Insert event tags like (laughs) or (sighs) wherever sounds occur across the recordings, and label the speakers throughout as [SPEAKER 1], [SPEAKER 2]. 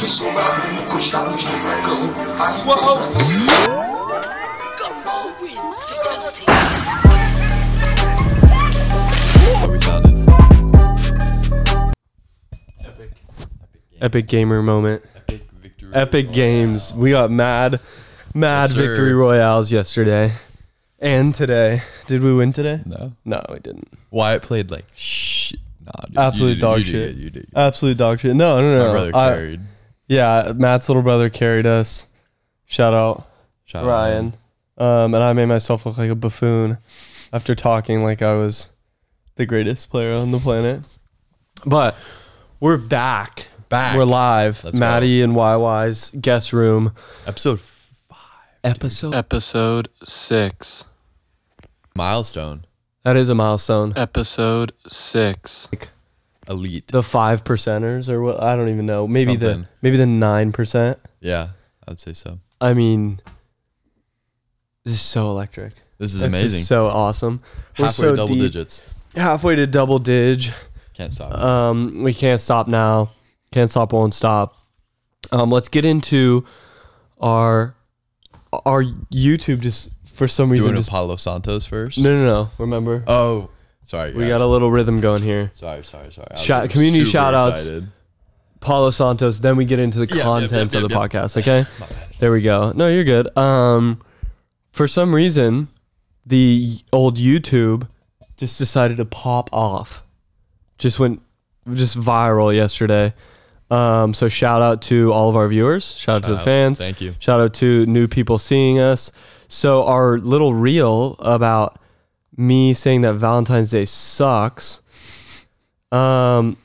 [SPEAKER 1] Pessoa encostados no balcão, a importância.
[SPEAKER 2] Gumball wins fatality.
[SPEAKER 3] Epic. Epic game.
[SPEAKER 4] Epic gamer moment.
[SPEAKER 3] Epic victory.
[SPEAKER 4] Epic
[SPEAKER 3] Royale.
[SPEAKER 4] games. We got mad, mad
[SPEAKER 3] Yes, sir.
[SPEAKER 4] victory royales yesterday and today. Did we win today?
[SPEAKER 3] No.
[SPEAKER 4] No, we didn't.
[SPEAKER 3] Wyatt played like shit. Nah, dude,
[SPEAKER 4] Absolute
[SPEAKER 3] you did-
[SPEAKER 4] dog
[SPEAKER 3] you
[SPEAKER 4] shit.
[SPEAKER 3] Did, you did.
[SPEAKER 4] Absolute dog shit. No, no,
[SPEAKER 3] My
[SPEAKER 4] no.
[SPEAKER 3] brother
[SPEAKER 4] I-
[SPEAKER 3] carried.
[SPEAKER 4] yeah, Matt's little brother carried us. Shout out
[SPEAKER 3] Shout out,
[SPEAKER 4] Ryan.
[SPEAKER 3] man.
[SPEAKER 4] Um, and I made myself look like a buffoon after talking like I was the greatest player on the planet. But we're back.
[SPEAKER 3] Back.
[SPEAKER 4] We're live.
[SPEAKER 3] Let's
[SPEAKER 4] Maddie and YY's guest room.
[SPEAKER 3] Episode f-
[SPEAKER 4] Episode.
[SPEAKER 5] Episode 6.
[SPEAKER 3] milestone.
[SPEAKER 4] That is a milestone.
[SPEAKER 5] Episode 6.
[SPEAKER 3] Elite.
[SPEAKER 4] the five percenters or what I don't even know. Maybe the
[SPEAKER 3] Something.
[SPEAKER 4] maybe the nine percent.
[SPEAKER 3] yeah, I'd say so.
[SPEAKER 4] I mean this is so electric.
[SPEAKER 3] This is
[SPEAKER 4] This
[SPEAKER 3] amazing.
[SPEAKER 4] is so awesome. We're
[SPEAKER 3] Halfway
[SPEAKER 4] so
[SPEAKER 3] double
[SPEAKER 4] deep-
[SPEAKER 3] digits.
[SPEAKER 4] Halfway to double dig.
[SPEAKER 3] Can't stop.
[SPEAKER 4] Um we can't stop now. Can't stop won't stop. Um let's get into our our YouTube just for some reason
[SPEAKER 3] Doing
[SPEAKER 4] just
[SPEAKER 3] Apollo Santos first.
[SPEAKER 4] No no no. Remember?
[SPEAKER 3] Oh, sorry.
[SPEAKER 4] we
[SPEAKER 3] guys.
[SPEAKER 4] got a little rhythm going here.
[SPEAKER 3] Sorry, sorry, sorry. I was
[SPEAKER 4] Shout-
[SPEAKER 3] like
[SPEAKER 4] community
[SPEAKER 3] super
[SPEAKER 4] shout-outs.
[SPEAKER 3] excited.
[SPEAKER 4] Paulo Santos, then we get into the
[SPEAKER 3] Yeah, yeah,
[SPEAKER 4] contents
[SPEAKER 3] yeah,
[SPEAKER 4] of the
[SPEAKER 3] yeah, yeah.
[SPEAKER 4] podcast,
[SPEAKER 3] (laughs)
[SPEAKER 4] okay? There we go. No, you're good. Um, for some reason, the old YouTube just decided to pop off. Just went just viral yesterday. Um, so shout out to all of our viewers. Shout, out to the
[SPEAKER 3] Shout out.
[SPEAKER 4] fans.
[SPEAKER 3] Thank you.
[SPEAKER 4] Shout out to new people seeing us. So our little reel about me saying that Valentine's Day sucks. Um,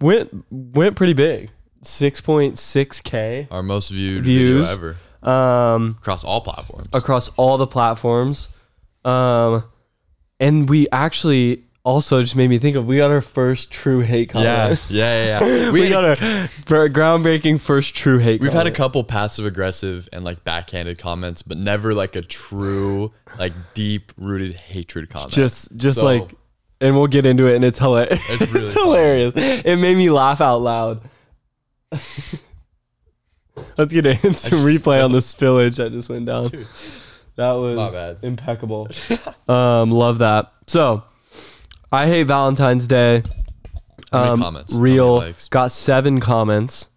[SPEAKER 4] went went pretty big. Six point six k.
[SPEAKER 3] Our most viewed
[SPEAKER 4] Views.
[SPEAKER 3] video ever
[SPEAKER 4] Um,
[SPEAKER 3] across all platforms.
[SPEAKER 4] across all the platforms. Um, and we actually also just made me think of we got our first true hate
[SPEAKER 3] Yeah,
[SPEAKER 4] comment. (laughs)
[SPEAKER 3] yeah, yeah. yeah.
[SPEAKER 4] we,
[SPEAKER 3] had a-
[SPEAKER 4] got our for groundbreaking first true hate.
[SPEAKER 3] We've had a
[SPEAKER 4] comment.
[SPEAKER 3] couple passive aggressive and like backhanded comments, but never like a true, like deep rooted hatred comment.
[SPEAKER 4] just just
[SPEAKER 3] So-
[SPEAKER 4] like and we'll get into it and it's (laughs) hilarious
[SPEAKER 3] It's really funny.
[SPEAKER 4] hilarious it made me laugh out loud (laughs) let's get an instant replay
[SPEAKER 3] (laughs)
[SPEAKER 4] on the spillage that just went down that was
[SPEAKER 3] bad.
[SPEAKER 4] impeccable
[SPEAKER 3] (laughs)
[SPEAKER 4] um love that so i hate valentine's day
[SPEAKER 3] How many
[SPEAKER 4] um,
[SPEAKER 3] comments? How many
[SPEAKER 4] real
[SPEAKER 3] likes?
[SPEAKER 4] got seven comments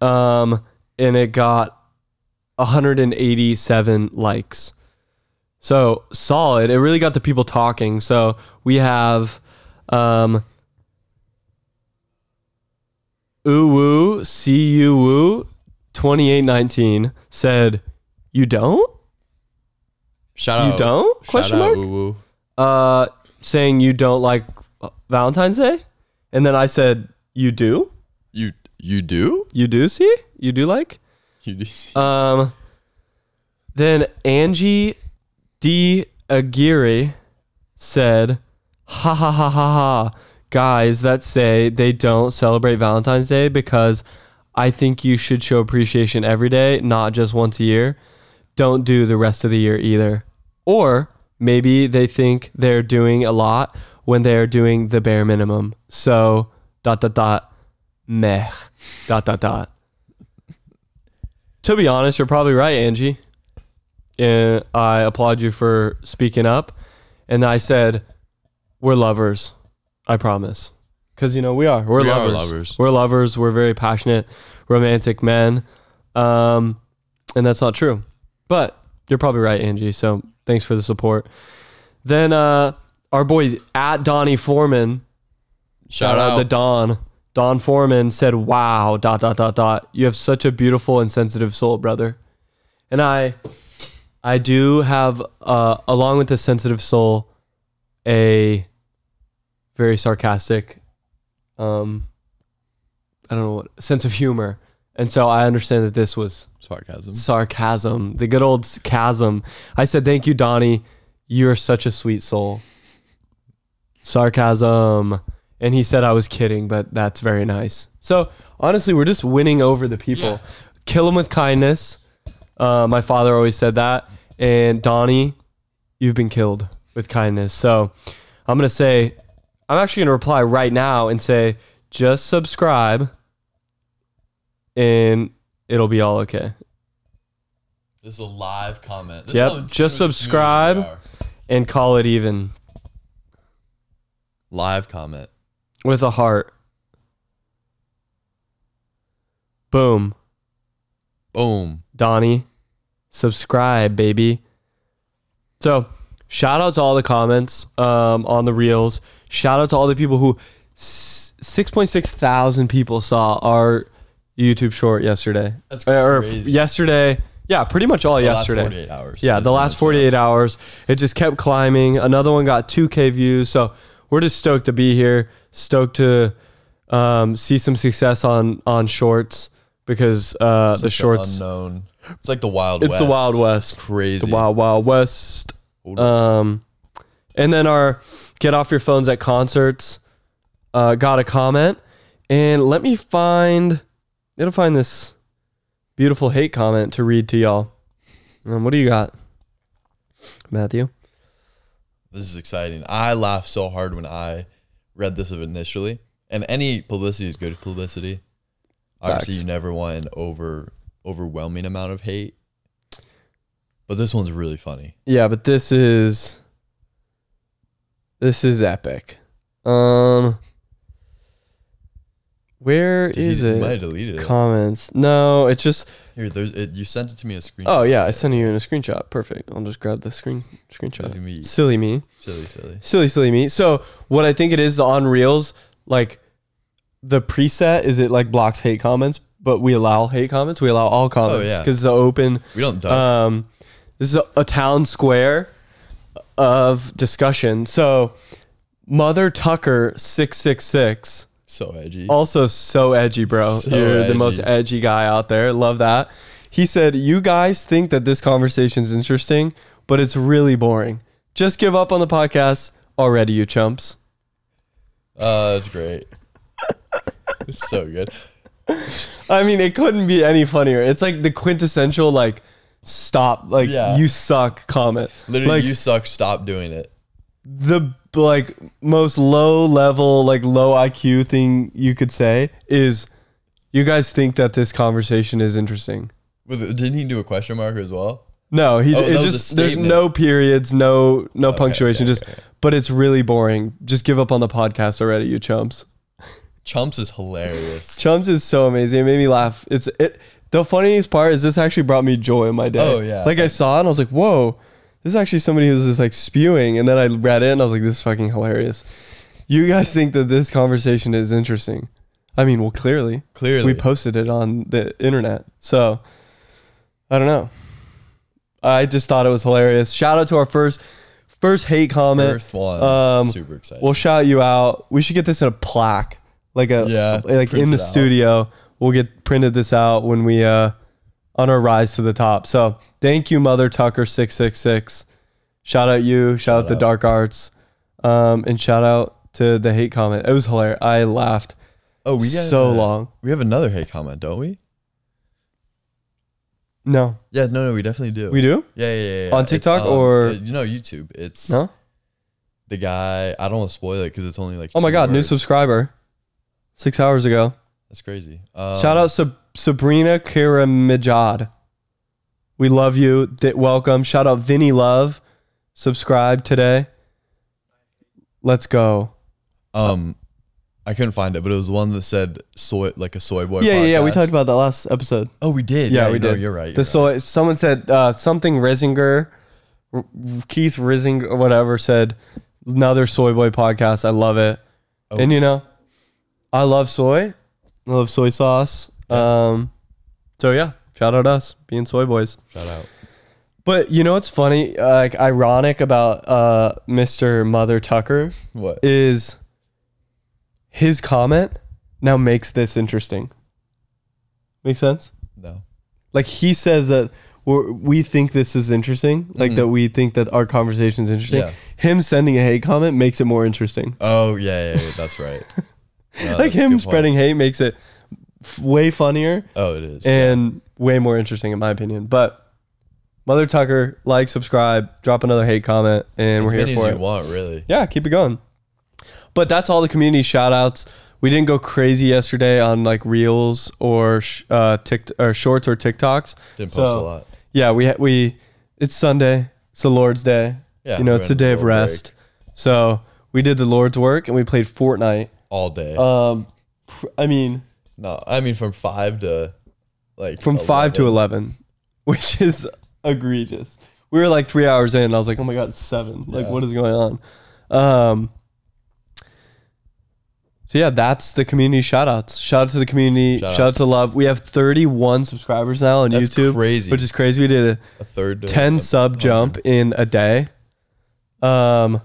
[SPEAKER 4] um and it got 187 likes so solid it really got the people talking so we have um uwu cuwu 2819 said you don't
[SPEAKER 3] shout
[SPEAKER 4] you
[SPEAKER 3] out.
[SPEAKER 4] don't?
[SPEAKER 3] Shout
[SPEAKER 4] Question
[SPEAKER 3] out,
[SPEAKER 4] mark?
[SPEAKER 3] woo woo.
[SPEAKER 4] uh saying you don't like valentine's day and then i said you do
[SPEAKER 3] You you do?
[SPEAKER 4] you do see you do like
[SPEAKER 3] You
[SPEAKER 4] (laughs)
[SPEAKER 3] do?
[SPEAKER 4] Um, then Angie D. Aguirre said, ha ha ha ha ha, guys that say they don't celebrate Valentine's Day because I think you should show appreciation every day, not just once a year. Don't do the rest of the year either. Or maybe they think they're doing a lot when they're doing the bare minimum. So, dot, dot, dot, meh, dot, dot, dot. To be honest, you're probably right, Angie. And I applaud you for speaking up. And I said, We're lovers. I promise. Because, you know, we are. We're
[SPEAKER 3] We are
[SPEAKER 4] lovers.
[SPEAKER 3] lovers.
[SPEAKER 4] We're lovers. We're very passionate, romantic men. Um, and that's not true. But you're probably right, Angie. So thanks for the support. Then uh, our boy at Donnie Foreman
[SPEAKER 3] Shout out.
[SPEAKER 4] to Don. Don Foreman said, "Wow, dot dot dot dot. You have such a beautiful and sensitive soul, brother." And I, I do have, uh, along with the sensitive soul, a very sarcastic, um, I don't know what sense of humor, and so I understand that this was
[SPEAKER 3] sarcasm.
[SPEAKER 4] sarcasm, the good old s- chasm. I said, "Thank you, Donnie. You're such a sweet soul." Sarcasm, and he said I was kidding, but that's very nice. So honestly, we're just winning over the people. Kill them with kindness. Uh, my father always said that, and Donnie, you've been killed with kindness. So I'm gonna say, I'm actually gonna reply right now and say, just subscribe and it'll be all okay.
[SPEAKER 3] This is a live comment. This
[SPEAKER 4] Yep,
[SPEAKER 3] is how intuitive
[SPEAKER 4] just
[SPEAKER 3] and community
[SPEAKER 4] subscribe.
[SPEAKER 3] we are.
[SPEAKER 4] And call it even
[SPEAKER 3] Live comment.
[SPEAKER 4] with a heart. Boom.
[SPEAKER 3] Boom.
[SPEAKER 4] Donnie, subscribe, baby. So, shout out to all the comments um, on the reels. Shout out to all the people who s- 6.6 thousand people saw our YouTube short yesterday. Uh,
[SPEAKER 3] That's
[SPEAKER 4] Or f-
[SPEAKER 3] crazy.
[SPEAKER 4] yesterday. Yeah, pretty much all
[SPEAKER 3] The last
[SPEAKER 4] yesterday.
[SPEAKER 3] 48 hours.
[SPEAKER 4] Yeah,
[SPEAKER 3] Is
[SPEAKER 4] the
[SPEAKER 3] when
[SPEAKER 4] last uh,
[SPEAKER 3] this went
[SPEAKER 4] 48
[SPEAKER 3] up.
[SPEAKER 4] hours, it just kept climbing. Another one got 2K views. So we're just stoked to be here, stoked to um, see some success on on shorts because uh,
[SPEAKER 3] It's
[SPEAKER 4] the
[SPEAKER 3] such an
[SPEAKER 4] shorts,
[SPEAKER 3] Unknown. It's like the Wild
[SPEAKER 4] it's
[SPEAKER 3] West.
[SPEAKER 4] the Wild West,
[SPEAKER 3] Crazy.
[SPEAKER 4] the Wild Wild West.
[SPEAKER 3] Hold on.
[SPEAKER 4] Um, and then our get off your phones at concerts uh, got a comment, and let me find it'll find this beautiful hate comment to read to y'all. Um, what do you got, Matthew?
[SPEAKER 3] This is exciting. I laughed so hard when I read this initially. And any publicity is good publicity. Obviously,
[SPEAKER 4] Facts.
[SPEAKER 3] you never want an over overwhelming amount of hate. But this one's really funny.
[SPEAKER 4] Yeah, but this is this is epic. Um where
[SPEAKER 3] Did he-
[SPEAKER 4] is
[SPEAKER 3] he
[SPEAKER 4] it?
[SPEAKER 3] Might have deleted it.
[SPEAKER 4] Comments. No, it's just
[SPEAKER 3] Here, there's it, you sent it to me a screen.
[SPEAKER 4] Oh yeah, I sent you in a screenshot. Perfect. I'll just grab the screen
[SPEAKER 3] That's gonna be-
[SPEAKER 4] screenshot. Silly me.
[SPEAKER 3] silly, silly.
[SPEAKER 4] Silly silly me. So, what I think it is on Reels, like the preset is it like blocks hate comments, but we allow hate comments. We allow all comments
[SPEAKER 3] Oh, yeah.
[SPEAKER 4] cuz the open
[SPEAKER 3] We don't duck.
[SPEAKER 4] um, this is a, a town square of discussion. So, Mother Tucker six six six,
[SPEAKER 3] so edgy.
[SPEAKER 4] also so edgy, bro.
[SPEAKER 3] So
[SPEAKER 4] You're the most
[SPEAKER 3] edgy.
[SPEAKER 4] edgy guy out there. Love that. He said, "You guys think that this conversation's interesting, but it's really boring. Just give up on the podcast already, you chumps."
[SPEAKER 3] Oh,
[SPEAKER 4] (laughs)
[SPEAKER 3] that's great. it's so good.
[SPEAKER 4] I mean, it couldn't be any funnier. It's like the quintessential like stop like
[SPEAKER 3] Yeah.
[SPEAKER 4] you suck comment.
[SPEAKER 3] Literally,
[SPEAKER 4] like,
[SPEAKER 3] you suck. Stop doing it.
[SPEAKER 4] the like most low level like low IQ thing you could say is you guys think that this conversation is interesting.
[SPEAKER 3] With, didn't he do a question mark as well?
[SPEAKER 4] No, he
[SPEAKER 3] Oh,
[SPEAKER 4] it
[SPEAKER 3] that was a
[SPEAKER 4] just there's no periods, no no punctuation,
[SPEAKER 3] okay,
[SPEAKER 4] just but it's really boring. Just give up on the podcast already, you chumps.
[SPEAKER 3] Chumps is hilarious.
[SPEAKER 4] Chumps is so amazing. It made me laugh. It's it the funniest part is this actually brought me joy in my day.
[SPEAKER 3] Oh, yeah.
[SPEAKER 4] Like I saw it and I was like, whoa, this is actually somebody who's just like spewing. And then I read it and I was like, this is fucking hilarious. You guys think that this conversation is interesting. I mean, well, clearly.
[SPEAKER 3] Clearly,
[SPEAKER 4] We posted it on the internet. So I don't know. I just thought it was hilarious. Shout out to our first first hate comment.
[SPEAKER 3] first one.
[SPEAKER 4] um,
[SPEAKER 3] super excited.
[SPEAKER 4] We'll shout you out. We should get this in a plaque, like a
[SPEAKER 3] Yeah,
[SPEAKER 4] like
[SPEAKER 3] print
[SPEAKER 4] in the
[SPEAKER 3] it out.
[SPEAKER 4] studio. We'll get printed this out when we uh on our rise to the top. So thank you, Mother Tucker six six six. Shout out you. Shout, out the
[SPEAKER 3] out.
[SPEAKER 4] Dark Arts, um, and shout out to the hate comment. It was hilarious. I laughed
[SPEAKER 3] oh, we got
[SPEAKER 4] so
[SPEAKER 3] uh,
[SPEAKER 4] long.
[SPEAKER 3] We have another hate comment, don't we?
[SPEAKER 4] No,
[SPEAKER 3] Yeah, no, no, we definitely do.
[SPEAKER 4] we do.
[SPEAKER 3] Yeah, yeah, yeah. yeah.
[SPEAKER 4] On
[SPEAKER 3] It's,
[SPEAKER 4] TikTok or-
[SPEAKER 3] uh, you know YouTube? It's
[SPEAKER 4] No.
[SPEAKER 3] the guy. I don't want to spoil it because it's only like.
[SPEAKER 4] Oh my
[SPEAKER 3] two
[SPEAKER 4] God, new
[SPEAKER 3] words.
[SPEAKER 4] subscriber. Six hours ago.
[SPEAKER 3] That's crazy. Um,
[SPEAKER 4] Shout out Sab- Sabrina Kiramijad. We love you. Th- welcome. Shout out Vinny Love. Subscribe today. Let's go.
[SPEAKER 3] Um, I couldn't find it, but it was one that said soy, like a soy boy.
[SPEAKER 4] yeah, yeah, yeah. We
[SPEAKER 3] podcast.
[SPEAKER 4] talked about that last episode.
[SPEAKER 3] Oh, we did.
[SPEAKER 4] Yeah, we
[SPEAKER 3] no,
[SPEAKER 4] did.
[SPEAKER 3] You're right.
[SPEAKER 4] The
[SPEAKER 3] you're
[SPEAKER 4] soy.
[SPEAKER 3] right.
[SPEAKER 4] Someone said uh, something Risinger, R- Keith Risinger, whatever said another Soy Boy podcast. I love it.
[SPEAKER 3] Oh.
[SPEAKER 4] And you know, I love soy. I love soy sauce. Um, so yeah, shout out us being soy boys.
[SPEAKER 3] Shout out.
[SPEAKER 4] But you know what's funny, uh, like ironic about uh, Mr. Mother Tucker
[SPEAKER 3] What?
[SPEAKER 4] is his comment now makes this interesting. Make sense?
[SPEAKER 3] no.
[SPEAKER 4] Like he says that we're, we think this is interesting, like that we think that our conversation is interesting.
[SPEAKER 3] Mm-hmm. Yeah.
[SPEAKER 4] Him sending a hate comment makes it more interesting.
[SPEAKER 3] Oh yeah, yeah, yeah that's right.
[SPEAKER 4] (laughs)
[SPEAKER 3] No,
[SPEAKER 4] like
[SPEAKER 3] that's a
[SPEAKER 4] him
[SPEAKER 3] good point.
[SPEAKER 4] spreading hate makes it f- way funnier
[SPEAKER 3] Oh, it is.
[SPEAKER 4] and way more interesting in my opinion. But Mother Tucker, like, subscribe, drop another hate comment, and
[SPEAKER 3] as
[SPEAKER 4] we're
[SPEAKER 3] many
[SPEAKER 4] here for
[SPEAKER 3] as
[SPEAKER 4] it.
[SPEAKER 3] you want, really.
[SPEAKER 4] Yeah, keep it going. But that's all the community shout outs. we didn't go crazy yesterday on like reels or sh- uh, tick or shorts or TikToks.
[SPEAKER 3] Didn't post
[SPEAKER 4] So-
[SPEAKER 3] a lot.
[SPEAKER 4] Yeah, we ha- we it's Sunday. It's the Lord's day.
[SPEAKER 3] Yeah,
[SPEAKER 4] you know,
[SPEAKER 3] we're
[SPEAKER 4] it's a
[SPEAKER 3] in
[SPEAKER 4] day of
[SPEAKER 3] Lord break.
[SPEAKER 4] rest. So we did the Lord's work and we played Fortnite.
[SPEAKER 3] all day.
[SPEAKER 4] Um, pr- I mean,
[SPEAKER 3] no, I mean from five to like
[SPEAKER 4] from five to eleven, (laughs) which is egregious. We were like three hours in, and I was like, "Oh my god, it's seven! Like,
[SPEAKER 3] Yeah.
[SPEAKER 4] what is going on?" Um. So yeah, that's the community shout outs. Shout out to the community.
[SPEAKER 3] Shout
[SPEAKER 4] Shout, out to love. We have 31 subscribers now on
[SPEAKER 3] That's
[SPEAKER 4] YouTube,
[SPEAKER 3] crazy.
[SPEAKER 4] which is crazy. We did a
[SPEAKER 3] a third to
[SPEAKER 4] 10 sub jump in a day. Um,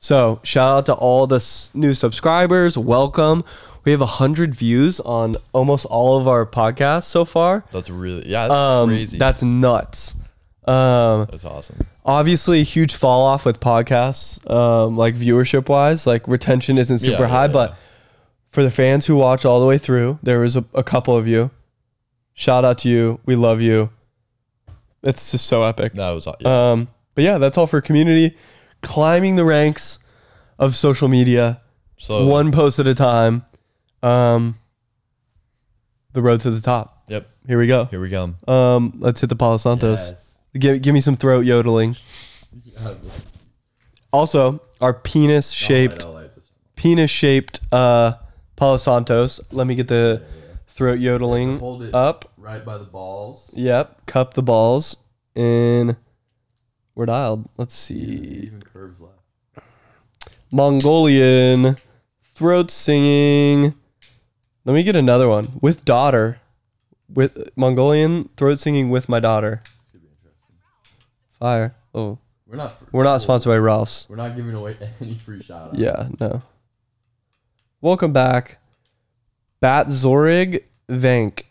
[SPEAKER 4] so shout out to all the s- new subscribers. Welcome. We have 100 views on almost all of our podcasts so far.
[SPEAKER 3] That's really yeah. That's
[SPEAKER 4] Um,
[SPEAKER 3] crazy.
[SPEAKER 4] That's nuts. Um,
[SPEAKER 3] that's awesome.
[SPEAKER 4] obviously, huge fall off with podcasts, um, like viewership wise. Like retention isn't super
[SPEAKER 3] Yeah,
[SPEAKER 4] high,
[SPEAKER 3] yeah,
[SPEAKER 4] but
[SPEAKER 3] yeah.
[SPEAKER 4] for the fans who watch all the way through, there was a, a couple of you. Shout out to you. We love you. It's just so epic.
[SPEAKER 3] That was aw- yeah.
[SPEAKER 4] Um, but yeah, that's all for community. Climbing the ranks of social media,
[SPEAKER 3] so
[SPEAKER 4] one post at a time. Um, the road to the top.
[SPEAKER 3] Yep.
[SPEAKER 4] Here we go.
[SPEAKER 3] Here we come.
[SPEAKER 4] Um, let's hit the Palo Santos. Give, give me some throat yodeling. Also, our penis shaped, penis shaped uh, Palo Santos. Let me get the throat yodeling
[SPEAKER 3] Hold it.
[SPEAKER 4] up.
[SPEAKER 3] Right by the balls.
[SPEAKER 4] Yep, cup the balls, and we're dialed. Let's see.
[SPEAKER 3] Even curves left.
[SPEAKER 4] Mongolian, throat singing. Let me get another one with daughter, with Mongolian throat singing with my daughter. Fire! Oh,
[SPEAKER 3] We're not.
[SPEAKER 4] we're not sponsored by Ralph's.
[SPEAKER 3] We're not giving away (laughs) any free shout outs.
[SPEAKER 4] Yeah, no. Welcome back, Bat Zorig Vank.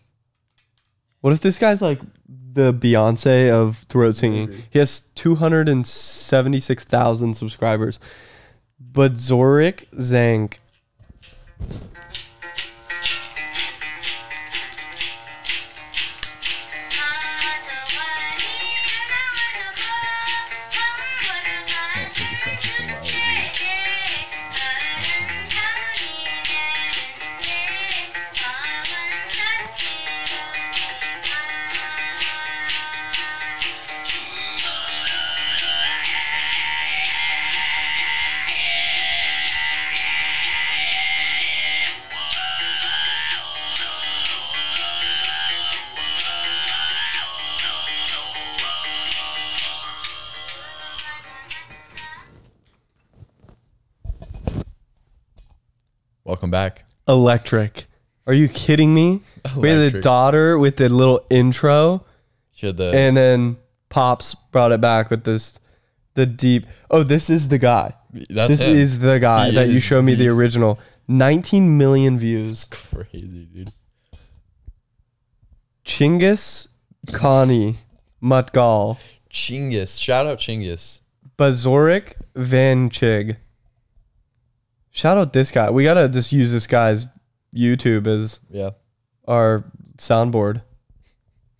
[SPEAKER 4] What if this guy's like the Beyonce of throat singing? He has two hundred and seventy-six thousand subscribers, but Zorik Zank.
[SPEAKER 3] Welcome back.
[SPEAKER 4] Electric. Are you kidding me? We had the
[SPEAKER 3] Electric.
[SPEAKER 4] daughter with the little intro,
[SPEAKER 3] She had the
[SPEAKER 4] and then Pops brought it back with this, the deep. Oh, this is the guy.
[SPEAKER 3] that's
[SPEAKER 4] This
[SPEAKER 3] him.
[SPEAKER 4] is the guy
[SPEAKER 3] He
[SPEAKER 4] that you
[SPEAKER 3] is
[SPEAKER 4] showed me the
[SPEAKER 3] the-
[SPEAKER 4] original. 19 million views.
[SPEAKER 3] (laughs) crazy, dude.
[SPEAKER 4] Chinggis, Connie, Mutgal,
[SPEAKER 3] Chinggis. Shout out Chinggis.
[SPEAKER 4] Bazorik, Van Chig. Shout out this guy. We gotta just use this guy's YouTube as
[SPEAKER 3] Yeah.
[SPEAKER 4] our soundboard.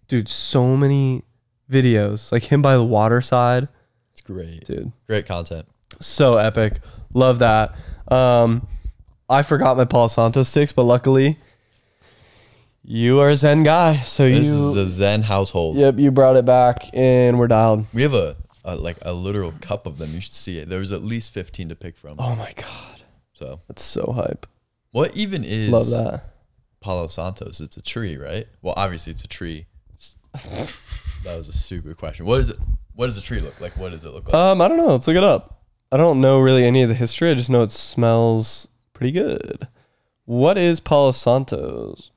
[SPEAKER 4] Dude, so many videos. Like him by the waterside.
[SPEAKER 3] It's great.
[SPEAKER 4] Dude.
[SPEAKER 3] Great content.
[SPEAKER 4] So epic. Love that. Um, I forgot my Paul Santos sticks, but luckily you are a Zen guy. So
[SPEAKER 3] This is
[SPEAKER 4] you
[SPEAKER 3] a Zen household.
[SPEAKER 4] Yep, you brought it back and we're dialed.
[SPEAKER 3] We have a, a like a literal cup of them. You should see it. There's at least 15 to pick from.
[SPEAKER 4] Oh my god.
[SPEAKER 3] So
[SPEAKER 4] That's so hype.
[SPEAKER 3] what even is
[SPEAKER 4] Love that.
[SPEAKER 3] Palo Santos? It's a tree, right? Well, obviously it's a tree. that was a stupid question. What is it? What does a tree look like? What does it look like?
[SPEAKER 4] Um, I don't know. Let's look it up. I don't know really any of the history. I just know it smells pretty good. What is Palo Santos?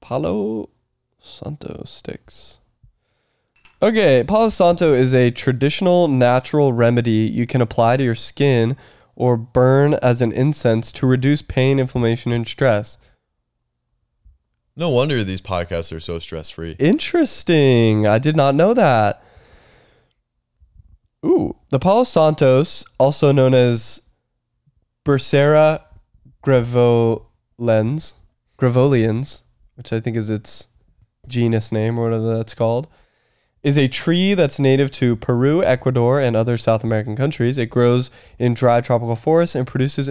[SPEAKER 4] Palo Santo sticks. Okay, Palo Santo is a traditional natural remedy you can apply to your skin or burn as an incense to reduce pain, inflammation, and stress.
[SPEAKER 3] no wonder these podcasts are so stress free.
[SPEAKER 4] Interesting. I did not know that. Ooh, the Palo Santos, also known as Bursera grevolens, grevolians, which I think is its genus name or whatever that's called, is a tree that's native to Peru, Ecuador, and other South American countries. It grows in dry tropical forests and produces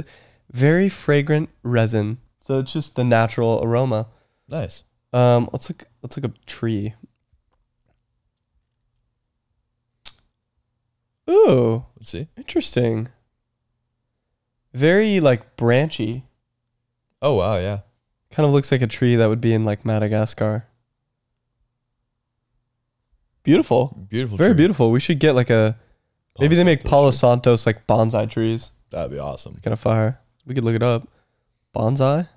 [SPEAKER 4] very fragrant resin. So it's just the natural aroma.
[SPEAKER 3] Nice.
[SPEAKER 4] Um, let's look. Let's look up tree. Ooh,
[SPEAKER 3] Let's see.
[SPEAKER 4] interesting. Very like branchy.
[SPEAKER 3] Oh wow, yeah.
[SPEAKER 4] Kind of looks like a tree that would be in like Madagascar. Beautiful.
[SPEAKER 3] Beautiful.
[SPEAKER 4] Very
[SPEAKER 3] tree.
[SPEAKER 4] beautiful. We should get like a maybe they make Palo
[SPEAKER 3] Santos tree.
[SPEAKER 4] Santos like bonsai trees.
[SPEAKER 3] That'd be awesome.
[SPEAKER 4] Kind of fire. We could look it up. Bonsai.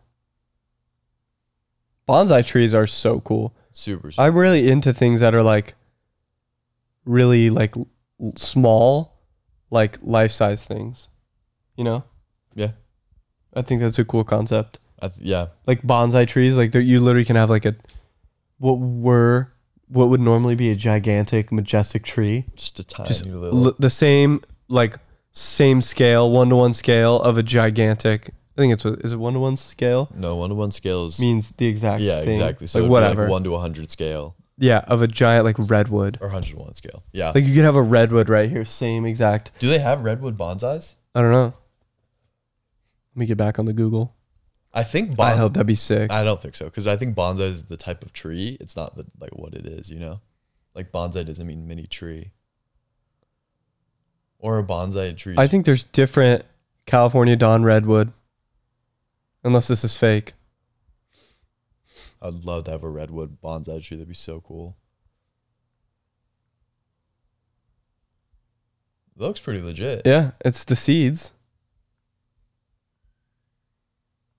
[SPEAKER 4] Bonsai trees are so cool.
[SPEAKER 3] Super. super.
[SPEAKER 4] I'm really into things that are like really like l- small, like life size things. You know?
[SPEAKER 3] Yeah.
[SPEAKER 4] I think that's a cool concept.
[SPEAKER 3] I th- yeah.
[SPEAKER 4] Like bonsai trees, like they're- you literally can have like a what were what would normally be a gigantic, majestic tree.
[SPEAKER 3] Just a tiny
[SPEAKER 4] Just
[SPEAKER 3] little.
[SPEAKER 4] l- the same like same scale, one to one scale of a gigantic. I think it's what- is it one to one scale
[SPEAKER 3] no one to one scale is.
[SPEAKER 4] means the exact
[SPEAKER 3] Yeah,
[SPEAKER 4] thing.
[SPEAKER 3] exactly. So
[SPEAKER 4] like
[SPEAKER 3] it'd Be
[SPEAKER 4] whatever.
[SPEAKER 3] like one to hundred scale
[SPEAKER 4] yeah, of a giant like redwood.
[SPEAKER 3] or hundred one scale. Yeah.
[SPEAKER 4] Like you could have a redwood right here, same exact.
[SPEAKER 3] Do they have redwood bonsais?
[SPEAKER 4] I don't know. Let me get back on the Google.
[SPEAKER 3] I think
[SPEAKER 4] I
[SPEAKER 3] bonsai.
[SPEAKER 4] hope that'd be sick.
[SPEAKER 3] I don't think so because I think bonsai is the type of tree. It's not the, like what it is, you know. Like bonsai doesn't mean mini tree. Or a bonsai tree.
[SPEAKER 4] I think there's different California Dawn redwood, unless this is fake.
[SPEAKER 3] I'd love to have a redwood bonsai tree. That'd be so cool. Looks pretty legit.
[SPEAKER 4] Yeah, it's the seeds.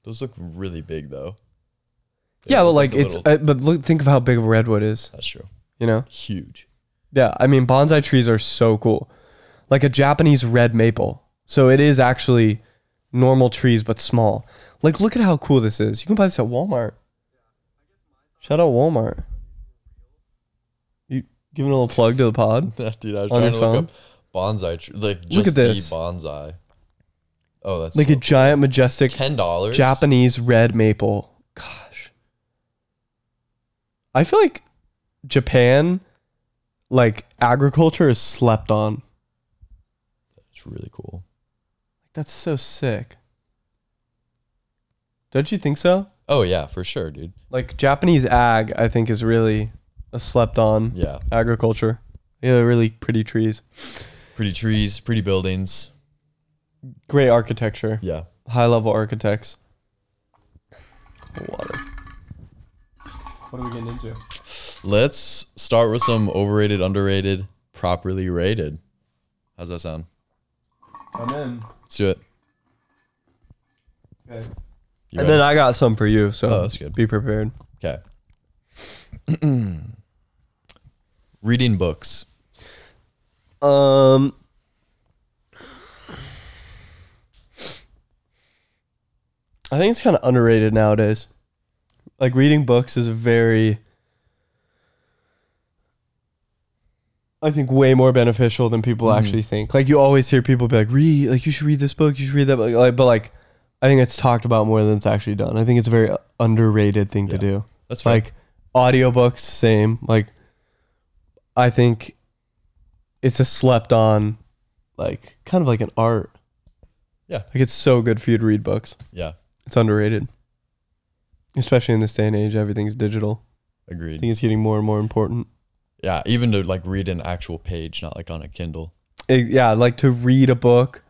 [SPEAKER 3] Those look really big though. They
[SPEAKER 4] Yeah, but
[SPEAKER 3] look
[SPEAKER 4] like
[SPEAKER 3] a
[SPEAKER 4] it's
[SPEAKER 3] little-
[SPEAKER 4] uh, but look, think of how big of a redwood is.
[SPEAKER 3] that's true.
[SPEAKER 4] You know?
[SPEAKER 3] Huge. (laughs)
[SPEAKER 4] Yeah, I mean bonsai trees are so cool, like a Japanese red maple. So it is actually normal trees but small. Like look at how cool this is. You can buy this at Walmart. Shout out Walmart. You giving a little plug to the pod?
[SPEAKER 3] Dude, I was
[SPEAKER 4] On
[SPEAKER 3] trying to
[SPEAKER 4] your
[SPEAKER 3] look up bonsai tree. Like just
[SPEAKER 4] Look at this.
[SPEAKER 3] the bonsai. Oh, that's
[SPEAKER 4] Like
[SPEAKER 3] so
[SPEAKER 4] a giant majestic
[SPEAKER 3] ten dollars.
[SPEAKER 4] Japanese red maple. Gosh. I feel like Japan like agriculture is slept on.
[SPEAKER 3] It's really cool.
[SPEAKER 4] That's so sick. Don't you think so?
[SPEAKER 3] Oh yeah, for sure, dude.
[SPEAKER 4] Like Japanese ag, I think is really a slept on
[SPEAKER 3] Yeah,
[SPEAKER 4] agriculture. They have really pretty trees,
[SPEAKER 3] pretty trees, pretty buildings.
[SPEAKER 4] great architecture,
[SPEAKER 3] Yeah,
[SPEAKER 4] high level architects. Water. What are we getting into?
[SPEAKER 3] let's start with some overrated, underrated, properly rated. How's that sound?
[SPEAKER 4] I'm in.
[SPEAKER 3] Let's do it.
[SPEAKER 4] Okay. and
[SPEAKER 3] You ready?
[SPEAKER 4] then I got some for you, so
[SPEAKER 3] Oh, that's good.
[SPEAKER 4] be prepared.
[SPEAKER 3] Okay. (clears throat) Reading books.
[SPEAKER 4] Um. I think it's kind of underrated nowadays. Like reading books is very I think way more beneficial than people actually think. Like you always hear people be like, "Read, like you should read this book, you should read that book." Like, but like I think it's talked about more than it's actually done. I think it's a very underrated thing to
[SPEAKER 3] Yeah.
[SPEAKER 4] do.
[SPEAKER 3] That's fine.
[SPEAKER 4] Like audiobooks, same. Like I think it's a slept on, like kind of like an art.
[SPEAKER 3] Yeah.
[SPEAKER 4] Like it's so good for you to read books.
[SPEAKER 3] yeah,
[SPEAKER 4] It's underrated. Especially in this day and age, everything's digital. I
[SPEAKER 3] agreed.
[SPEAKER 4] think it's getting more and more important.
[SPEAKER 3] Yeah, even to like read an actual page, not like on a Kindle.
[SPEAKER 4] It- yeah, like to read a book.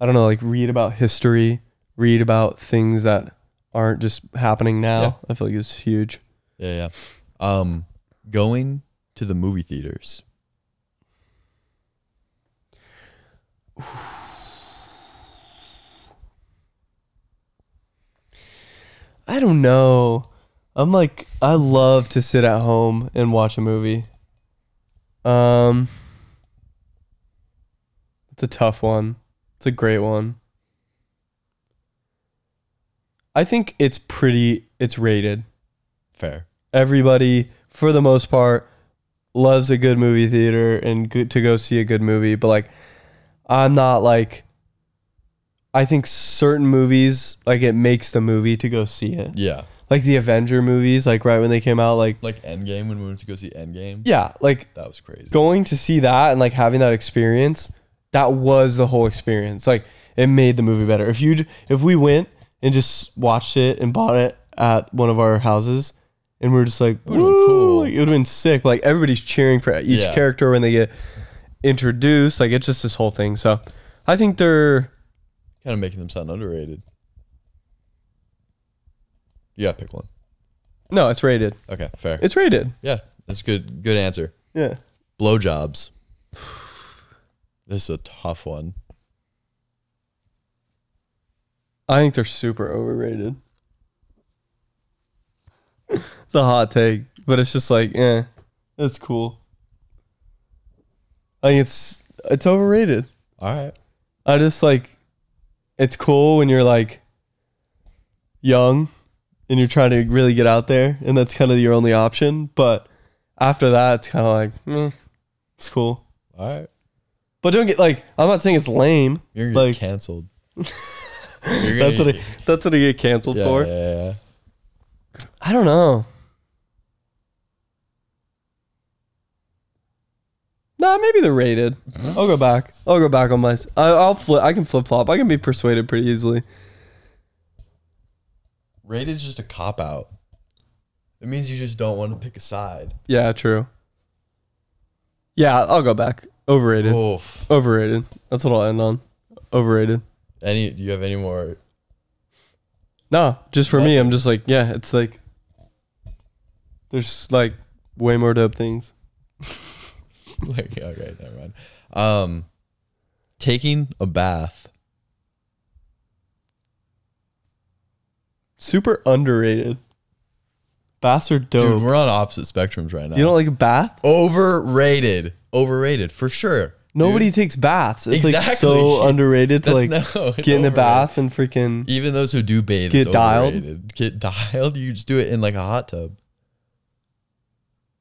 [SPEAKER 4] I don't know, like read about history, read about things that aren't just happening now.
[SPEAKER 3] Yeah.
[SPEAKER 4] I feel like it's huge.
[SPEAKER 3] Yeah, yeah. Um, going to the movie theaters.
[SPEAKER 4] I don't know. I'm like I love to sit at home and watch a movie. Um It's a tough one. It's a great one. I think it's pretty it's rated.
[SPEAKER 3] Fair.
[SPEAKER 4] Everybody for the most part loves a good movie theater and good to go see a good movie, but like I'm not like I think certain movies like it makes the movie to go see it
[SPEAKER 3] Yeah,
[SPEAKER 4] like the Avenger movies, like right when they came out, like
[SPEAKER 3] like Endgame when we went to go see Endgame.
[SPEAKER 4] yeah, like
[SPEAKER 3] that was crazy.
[SPEAKER 4] going to see that and like having that experience, that was the whole experience. Like It made the movie better. If you if we went and just watched it and bought it at one of our houses, and we are just like,
[SPEAKER 3] been
[SPEAKER 4] "Woo,"
[SPEAKER 3] cool.
[SPEAKER 4] like, it would have been sick. Like everybody's cheering for each
[SPEAKER 3] Yeah.
[SPEAKER 4] character when they get introduced. Like it's just this whole thing. So I think they're
[SPEAKER 3] Kind of making them sound underrated. Yeah, pick one.
[SPEAKER 4] no, it's rated.
[SPEAKER 3] Okay, fair.
[SPEAKER 4] It's rated.
[SPEAKER 3] yeah, that's good. Good answer.
[SPEAKER 4] Yeah.
[SPEAKER 3] Blowjobs. This is a tough one.
[SPEAKER 4] I think they're super overrated. it's a hot take, but it's just like, eh, that's cool. I think it's it's overrated.
[SPEAKER 3] All right.
[SPEAKER 4] I just like it's cool when you're like young and you're trying to really get out there and that's kind of your only option, but after that it's kind of like, eh, it's cool.
[SPEAKER 3] All right.
[SPEAKER 4] But don't get like I'm not saying it's lame.
[SPEAKER 3] You're gonna
[SPEAKER 4] like (laughs)
[SPEAKER 3] get canceled. You're
[SPEAKER 4] that's
[SPEAKER 3] gonna
[SPEAKER 4] what I, that's what I get canceled
[SPEAKER 3] yeah,
[SPEAKER 4] for.
[SPEAKER 3] yeah, yeah, yeah.
[SPEAKER 4] I don't know. Nah, maybe they're rated. I'll go back. I'll go back on my. s- I, will flip. I can flip flop. I can be persuaded pretty easily.
[SPEAKER 3] Rated is just a cop out. It means you just don't want to pick a side.
[SPEAKER 4] Yeah, true. Yeah, I'll go back. Overrated.
[SPEAKER 3] Oof.
[SPEAKER 4] Overrated. That's what I'll end on. Overrated.
[SPEAKER 3] Any? Do you have any more?
[SPEAKER 4] No, just for me, I'm just like, yeah, it's like. There's like way more dope things.
[SPEAKER 3] (laughs) Like, okay, never mind. Um, taking a bath.
[SPEAKER 4] Super underrated. Baths are
[SPEAKER 3] Dude,
[SPEAKER 4] dope.
[SPEAKER 3] we're on opposite spectrums right now.
[SPEAKER 4] you don't like a bath?
[SPEAKER 3] overrated. Overrated for sure.
[SPEAKER 4] Nobody
[SPEAKER 3] dude.
[SPEAKER 4] takes baths. It's like so
[SPEAKER 3] Exactly. (laughs)
[SPEAKER 4] underrated to
[SPEAKER 3] That-
[SPEAKER 4] like
[SPEAKER 3] no,
[SPEAKER 4] get
[SPEAKER 3] it's
[SPEAKER 4] in the
[SPEAKER 3] overrated.
[SPEAKER 4] bath and freaking.
[SPEAKER 3] Even those who do bathe,
[SPEAKER 4] Get
[SPEAKER 3] it's
[SPEAKER 4] dialed.
[SPEAKER 3] overrated. Get (laughs) dialed. You just do it in like a hot tub.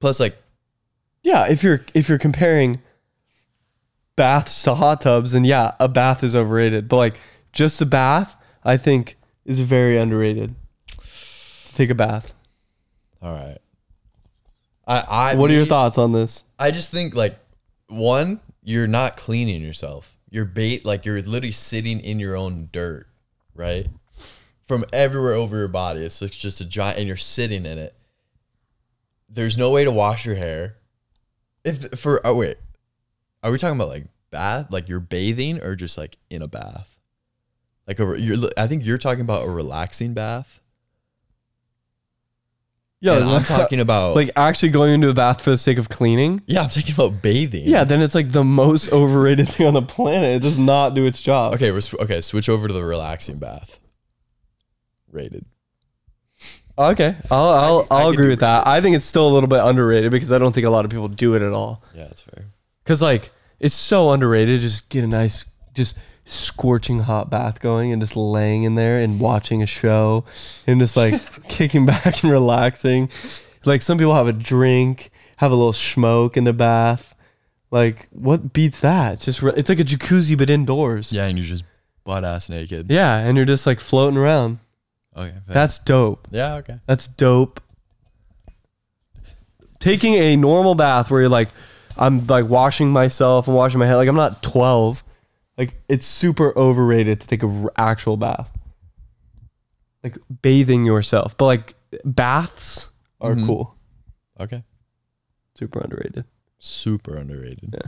[SPEAKER 3] Plus, like
[SPEAKER 4] Yeah, if you're if you're comparing baths to hot tubs, then yeah, a bath is overrated. But like just a bath, I think is very underrated. To take a bath.
[SPEAKER 3] All right. I, I
[SPEAKER 4] What are your
[SPEAKER 3] me-
[SPEAKER 4] thoughts on this?
[SPEAKER 3] I just think like one, you're not cleaning yourself. You're bait like you're literally sitting in your own dirt, right? From everywhere over your body. It's like just a giant and you're sitting in it. There's no way to wash your hair. If for oh wait. Are we talking about like bath? Like you're bathing or just like in a bath? Like a, re- you're I think you're talking about a relaxing bath.
[SPEAKER 4] Yeah,
[SPEAKER 3] and I'm talking about
[SPEAKER 4] like actually going into a bath for the sake of cleaning.
[SPEAKER 3] Yeah, I'm talking about bathing.
[SPEAKER 4] Yeah, then it's like the most (laughs) overrated thing on the planet. It does not do its job.
[SPEAKER 3] Okay, we're, sw- okay. Switch over to the relaxing bath. Rated.
[SPEAKER 4] Oh, Okay, I'll I'll,
[SPEAKER 3] I
[SPEAKER 4] I'll
[SPEAKER 3] could
[SPEAKER 4] agree
[SPEAKER 3] do
[SPEAKER 4] with that. I think it's still a little bit underrated because I don't think a lot of people do it at all.
[SPEAKER 3] Yeah, that's fair.
[SPEAKER 4] Cause like it's so underrated. Just get a nice, just scorching hot bath going and just laying in there and watching a show and just like
[SPEAKER 3] (laughs)
[SPEAKER 4] kicking back and relaxing. Like some people have a drink, have a little smoke in the bath. Like what beats that? It's just re- it's like a jacuzzi but indoors.
[SPEAKER 3] Yeah, and you're just butt ass naked.
[SPEAKER 4] Yeah, and you're just like floating around.
[SPEAKER 3] Okay. fair.
[SPEAKER 4] That's dope.
[SPEAKER 3] yeah. Okay.
[SPEAKER 4] That's dope. Taking a normal bath where you're like, I'm like washing myself and washing my head. Like I'm not 12. Like it's super overrated to take an actual bath. Like bathing yourself, but like baths are cool.
[SPEAKER 3] Okay.
[SPEAKER 4] Super underrated.
[SPEAKER 3] Super underrated.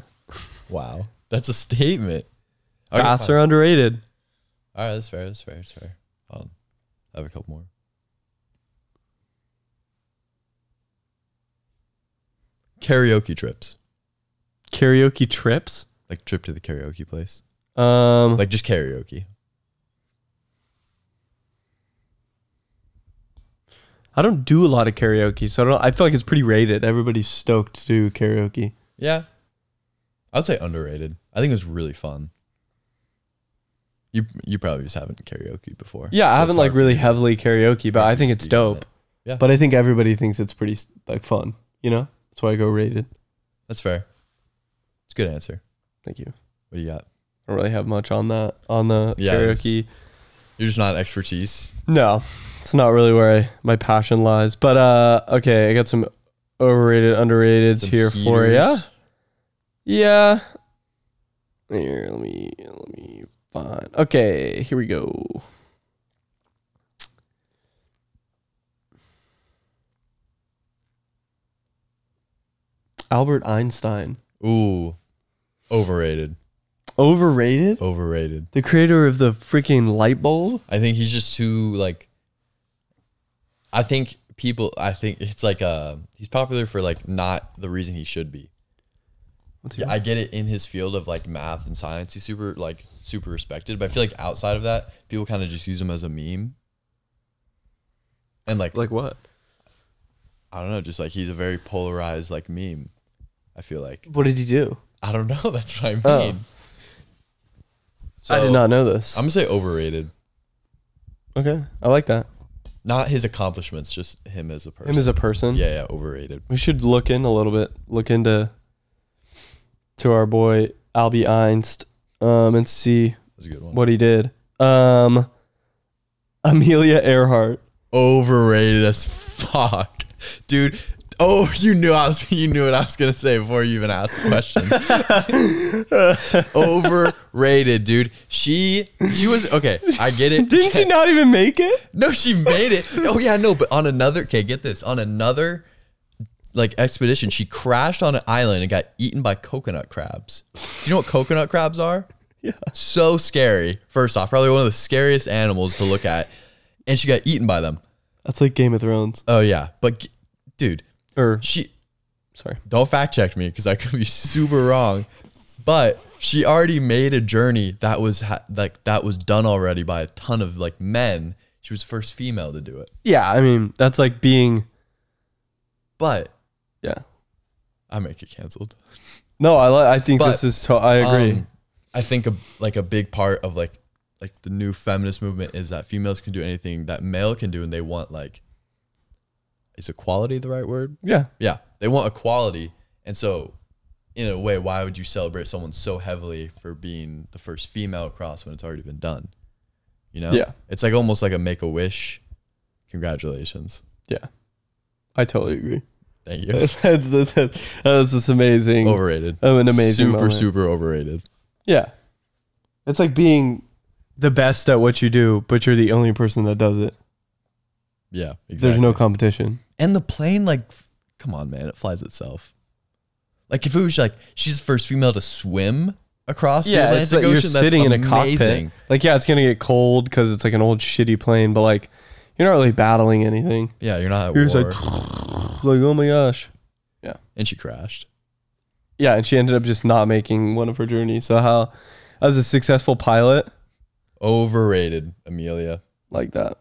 [SPEAKER 3] Wow, that's a statement. Okay,
[SPEAKER 4] Baths
[SPEAKER 3] fine.
[SPEAKER 4] are underrated.
[SPEAKER 3] All right, that's fair. That's fair. That's fair. Um, I have a couple more. Karaoke trips,
[SPEAKER 4] Karaoke trips.
[SPEAKER 3] like trip to the karaoke place,
[SPEAKER 4] Um,
[SPEAKER 3] like just karaoke.
[SPEAKER 4] I don't do a lot of karaoke, so I don't. I feel like it's pretty rated. Everybody's stoked to do karaoke.
[SPEAKER 3] Yeah. I would say underrated. I think it was really fun. You you probably just haven't karaoke before.
[SPEAKER 4] Yeah, I
[SPEAKER 3] so it's
[SPEAKER 4] haven't like
[SPEAKER 3] hard for
[SPEAKER 4] really
[SPEAKER 3] you to-
[SPEAKER 4] heavily karaoke, but I think it's
[SPEAKER 3] Speak on
[SPEAKER 4] dope.
[SPEAKER 3] it. Yeah.
[SPEAKER 4] But I think everybody thinks it's pretty like fun, you know? That's why I go rated.
[SPEAKER 3] That's fair. It's a good answer.
[SPEAKER 4] Thank you.
[SPEAKER 3] What do you got?
[SPEAKER 4] I don't really have much on that on the
[SPEAKER 3] Yeah, it's-
[SPEAKER 4] karaoke.
[SPEAKER 3] You're just not expertise.
[SPEAKER 4] No. It's not really where I, my passion lies. But uh okay, I got some overrated underrateds
[SPEAKER 3] Some
[SPEAKER 4] here for you.
[SPEAKER 3] heaters.
[SPEAKER 4] Yeah. Here, let me let me fine. Okay, here we go. Albert Einstein.
[SPEAKER 3] Ooh, overrated.
[SPEAKER 4] Overrated?
[SPEAKER 3] Overrated.
[SPEAKER 4] The creator of the freaking light bulb?
[SPEAKER 3] I think he's just too like. I think people. I think it's like uh he's popular for like not the reason he should be.
[SPEAKER 4] What's he
[SPEAKER 3] Yeah, I get it in his field of like math and science, he's super like super respected. But I feel like outside of that, people kind of just use him as a meme. And like,
[SPEAKER 4] Like what?
[SPEAKER 3] I don't know, just like he's a very polarized like meme. I feel like
[SPEAKER 4] What did he do?
[SPEAKER 3] I don't know. (laughs) That's what I mean.
[SPEAKER 4] Oh.
[SPEAKER 3] So
[SPEAKER 4] I did not know this.
[SPEAKER 3] I'm gonna say overrated.
[SPEAKER 4] okay, I like that.
[SPEAKER 3] Not his accomplishments, just him as a person.
[SPEAKER 4] Him as a person.
[SPEAKER 3] yeah, yeah, overrated.
[SPEAKER 4] We should look in a little bit. Look into to our boy Albie Einst um, and see
[SPEAKER 3] That's a good one.
[SPEAKER 4] what he did. Um, (laughs) Amelia Earhart.
[SPEAKER 3] Overrated as fuck, dude. Oh, you knew I was. (laughs) You knew what I was gonna say before you even asked the question.
[SPEAKER 4] (laughs)
[SPEAKER 3] Overrated, dude. She she was okay. I get
[SPEAKER 4] (laughs)
[SPEAKER 3] it.
[SPEAKER 4] Didn't she not even make it?
[SPEAKER 3] No, she made it. Oh yeah, no, but on another okay, get this. On another like expedition, she crashed on an island and got eaten by coconut crabs. Do you know what coconut crabs are?
[SPEAKER 4] Yeah.
[SPEAKER 3] So scary. First off, probably one of the scariest animals to look at. And she got eaten by them.
[SPEAKER 4] That's like Game of Thrones.
[SPEAKER 3] Oh yeah. But g- dude,
[SPEAKER 4] Or
[SPEAKER 3] she
[SPEAKER 4] sorry.
[SPEAKER 3] don't fact check me because I could be super wrong. But she already made a journey that was ha- like that was done already by a ton of like men. She was first female to do it.
[SPEAKER 4] Yeah, I mean that's like being.
[SPEAKER 3] But
[SPEAKER 4] Yeah.
[SPEAKER 3] I might get canceled.
[SPEAKER 4] No, I li- I think
[SPEAKER 3] But,
[SPEAKER 4] this is. To- I agree.
[SPEAKER 3] Um, I think a, like a big part of like like the new feminist movement is that females can do anything that male can do, and they want like is equality the right word?
[SPEAKER 4] yeah.
[SPEAKER 3] Yeah, they want equality, and so in a way, why would you celebrate someone so heavily for being the first female across when it's already been done? You know,
[SPEAKER 4] Yeah.
[SPEAKER 3] it's like almost like a make a wish. Congratulations,
[SPEAKER 4] Yeah. I totally agree. (laughs)
[SPEAKER 3] thank you.
[SPEAKER 4] that's, that's, that's- that was just amazing.
[SPEAKER 3] (laughs) overrated.
[SPEAKER 4] Oh, an amazing
[SPEAKER 3] super
[SPEAKER 4] moment.
[SPEAKER 3] super overrated.
[SPEAKER 4] Yeah. It's like being the best at what you do, but you're the only person that does it.
[SPEAKER 3] Yeah, exactly.
[SPEAKER 4] There's no competition.
[SPEAKER 3] And the plane, like, f- come on, man, it flies itself. Like, if it was like she's the first female to swim across the Atlantic Ocean,
[SPEAKER 4] you're
[SPEAKER 3] that's
[SPEAKER 4] sitting in a
[SPEAKER 3] amazing.
[SPEAKER 4] cockpit. Like, yeah, it's gonna get cold because it's like an old shitty plane, but like, you're not really battling anything.
[SPEAKER 3] Yeah, you're not at
[SPEAKER 4] You're just
[SPEAKER 3] war.
[SPEAKER 4] like, like, oh my gosh.
[SPEAKER 3] and she crashed.
[SPEAKER 4] Yeah, and she ended up just not making one of her journeys. So how, as a successful pilot,
[SPEAKER 3] Overrated, Amelia.
[SPEAKER 4] like that.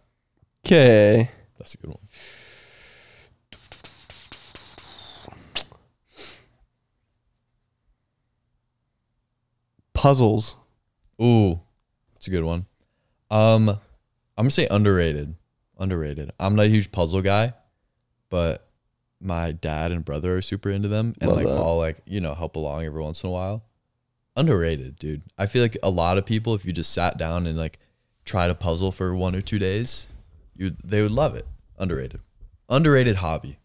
[SPEAKER 4] Okay,
[SPEAKER 3] That's a good one.
[SPEAKER 4] puzzles.
[SPEAKER 3] Ooh, it's a good one. Um, I'm gonna say underrated. Underrated. I'm not a huge puzzle guy, but my dad and brother are super into them, and
[SPEAKER 4] Love
[SPEAKER 3] like
[SPEAKER 4] that.
[SPEAKER 3] I'll like you know help along every once in a while. Underrated, dude. I feel like a lot of people, if you just sat down and like tried a puzzle for one or two days, you they would love it. Underrated. Underrated hobby.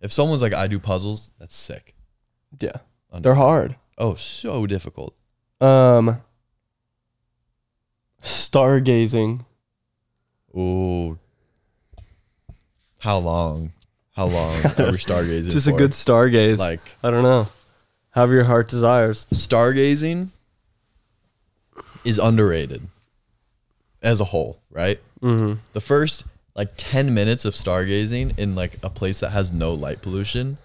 [SPEAKER 3] If someone's like, I do puzzles, that's sick.
[SPEAKER 4] Yeah,
[SPEAKER 3] Under-
[SPEAKER 4] they're hard.
[SPEAKER 3] Oh, so difficult.
[SPEAKER 4] Um, stargazing.
[SPEAKER 3] Ooh. How long?
[SPEAKER 4] (laughs)
[SPEAKER 3] How long are we stargazing?
[SPEAKER 4] Just a
[SPEAKER 3] for?
[SPEAKER 4] good stargaze.
[SPEAKER 3] like
[SPEAKER 4] I don't know. However your heart desires.
[SPEAKER 3] stargazing is underrated as a whole, right?
[SPEAKER 4] Mm-hmm.
[SPEAKER 3] The first like 10 minutes of stargazing in like a place that has no light pollution,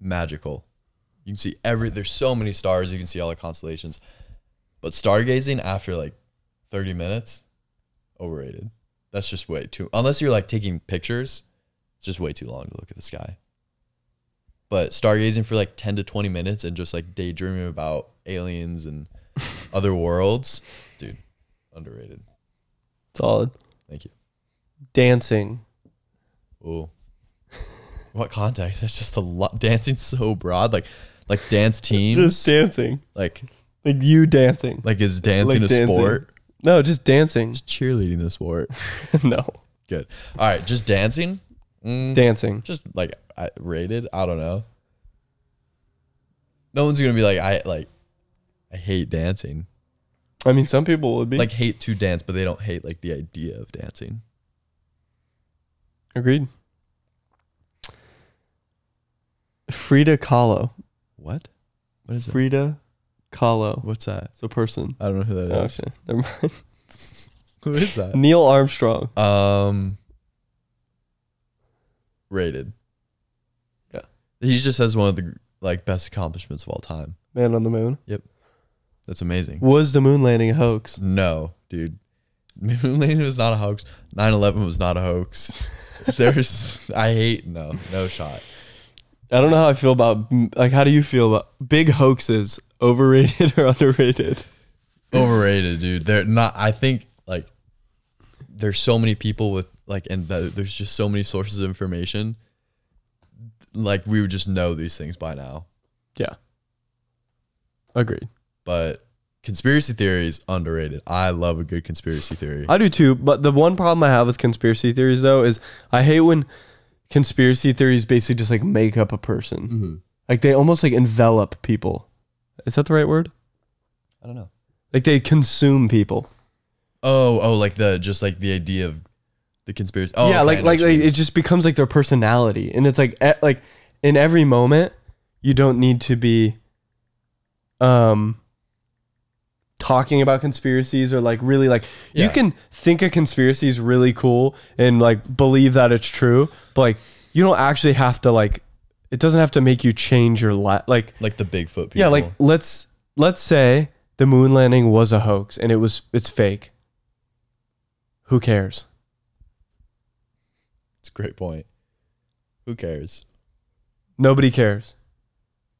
[SPEAKER 3] magical. You can see every there's so many stars, you can see all the constellations. But stargazing after like 30 minutes, overrated. That's just way too unless you're like taking pictures, it's just way too long to look at the sky. But stargazing for like 10 to 20 minutes and just like daydreaming about aliens and other worlds, dude, underrated.
[SPEAKER 4] Solid.
[SPEAKER 3] Thank you.
[SPEAKER 4] Dancing.
[SPEAKER 3] Ooh. What context? That's just a lot. Dancing so broad, like, like dance teams,
[SPEAKER 4] Just dancing.
[SPEAKER 3] like,
[SPEAKER 4] Like you dancing.
[SPEAKER 3] like is dancing
[SPEAKER 4] Like
[SPEAKER 3] a
[SPEAKER 4] dancing.
[SPEAKER 3] sport?
[SPEAKER 4] No, just dancing.
[SPEAKER 3] Is cheerleading a sport?
[SPEAKER 4] (laughs) no.
[SPEAKER 3] Good. All right, just dancing. Mm,
[SPEAKER 4] Dancing.
[SPEAKER 3] just like I, rated. I don't know. No one's gonna be like I like. I hate dancing.
[SPEAKER 4] I mean, some people would be.
[SPEAKER 3] Like hate to dance, but they don't hate like the idea of dancing.
[SPEAKER 4] agreed. Frida Kahlo.
[SPEAKER 3] What? What is that?
[SPEAKER 4] Frida Kahlo.
[SPEAKER 3] What's that?
[SPEAKER 4] It's a person.
[SPEAKER 3] I don't know who that is.
[SPEAKER 4] Okay, (laughs) never mind.
[SPEAKER 3] Who is that?
[SPEAKER 4] Neil Armstrong.
[SPEAKER 3] (laughs) Um rated.
[SPEAKER 4] Yeah.
[SPEAKER 3] He just has one of the like best accomplishments of all time.
[SPEAKER 4] Man on the moon.
[SPEAKER 3] That's amazing.
[SPEAKER 4] Was the moon landing a hoax?
[SPEAKER 3] No, dude. (laughs) Moon landing was not a hoax. 9-11 was not a hoax. There's I hate no, no shot.
[SPEAKER 4] I don't know how I feel about like how do you feel about big hoaxes? Overrated (laughs) or underrated?
[SPEAKER 3] Overrated, dude. They're not I think like there's so many people with like and th- there's just so many sources of information. Like we would just know these things by now.
[SPEAKER 4] Yeah. Agreed.
[SPEAKER 3] but conspiracy theory is underrated. I love a good conspiracy theory.
[SPEAKER 4] I do too, but the one problem I have with conspiracy theories though is I hate when conspiracy theories basically just like make up a person.
[SPEAKER 3] Mm-hmm.
[SPEAKER 4] Like they almost like envelop people. Is that the right word?
[SPEAKER 3] I don't know.
[SPEAKER 4] Like they consume people.
[SPEAKER 3] Oh, oh, like the just like the idea of the conspiracy. Oh,
[SPEAKER 4] yeah,
[SPEAKER 3] okay, I
[SPEAKER 4] like
[SPEAKER 3] know
[SPEAKER 4] like,
[SPEAKER 3] what
[SPEAKER 4] like
[SPEAKER 3] you
[SPEAKER 4] it just becomes like their personality, and it's like e like in every moment, you don't need to be, um, talking about conspiracies or like really like you
[SPEAKER 3] Yeah.
[SPEAKER 4] can think a conspiracy is really cool and like believe that it's true, but like you don't actually have to like it doesn't have to make you change your life like
[SPEAKER 3] mean. like the Bigfoot people.
[SPEAKER 4] yeah like let's let's say the moon landing was a hoax and it was it's fake. Who cares?
[SPEAKER 3] it's a great point. Who cares?
[SPEAKER 4] Nobody cares.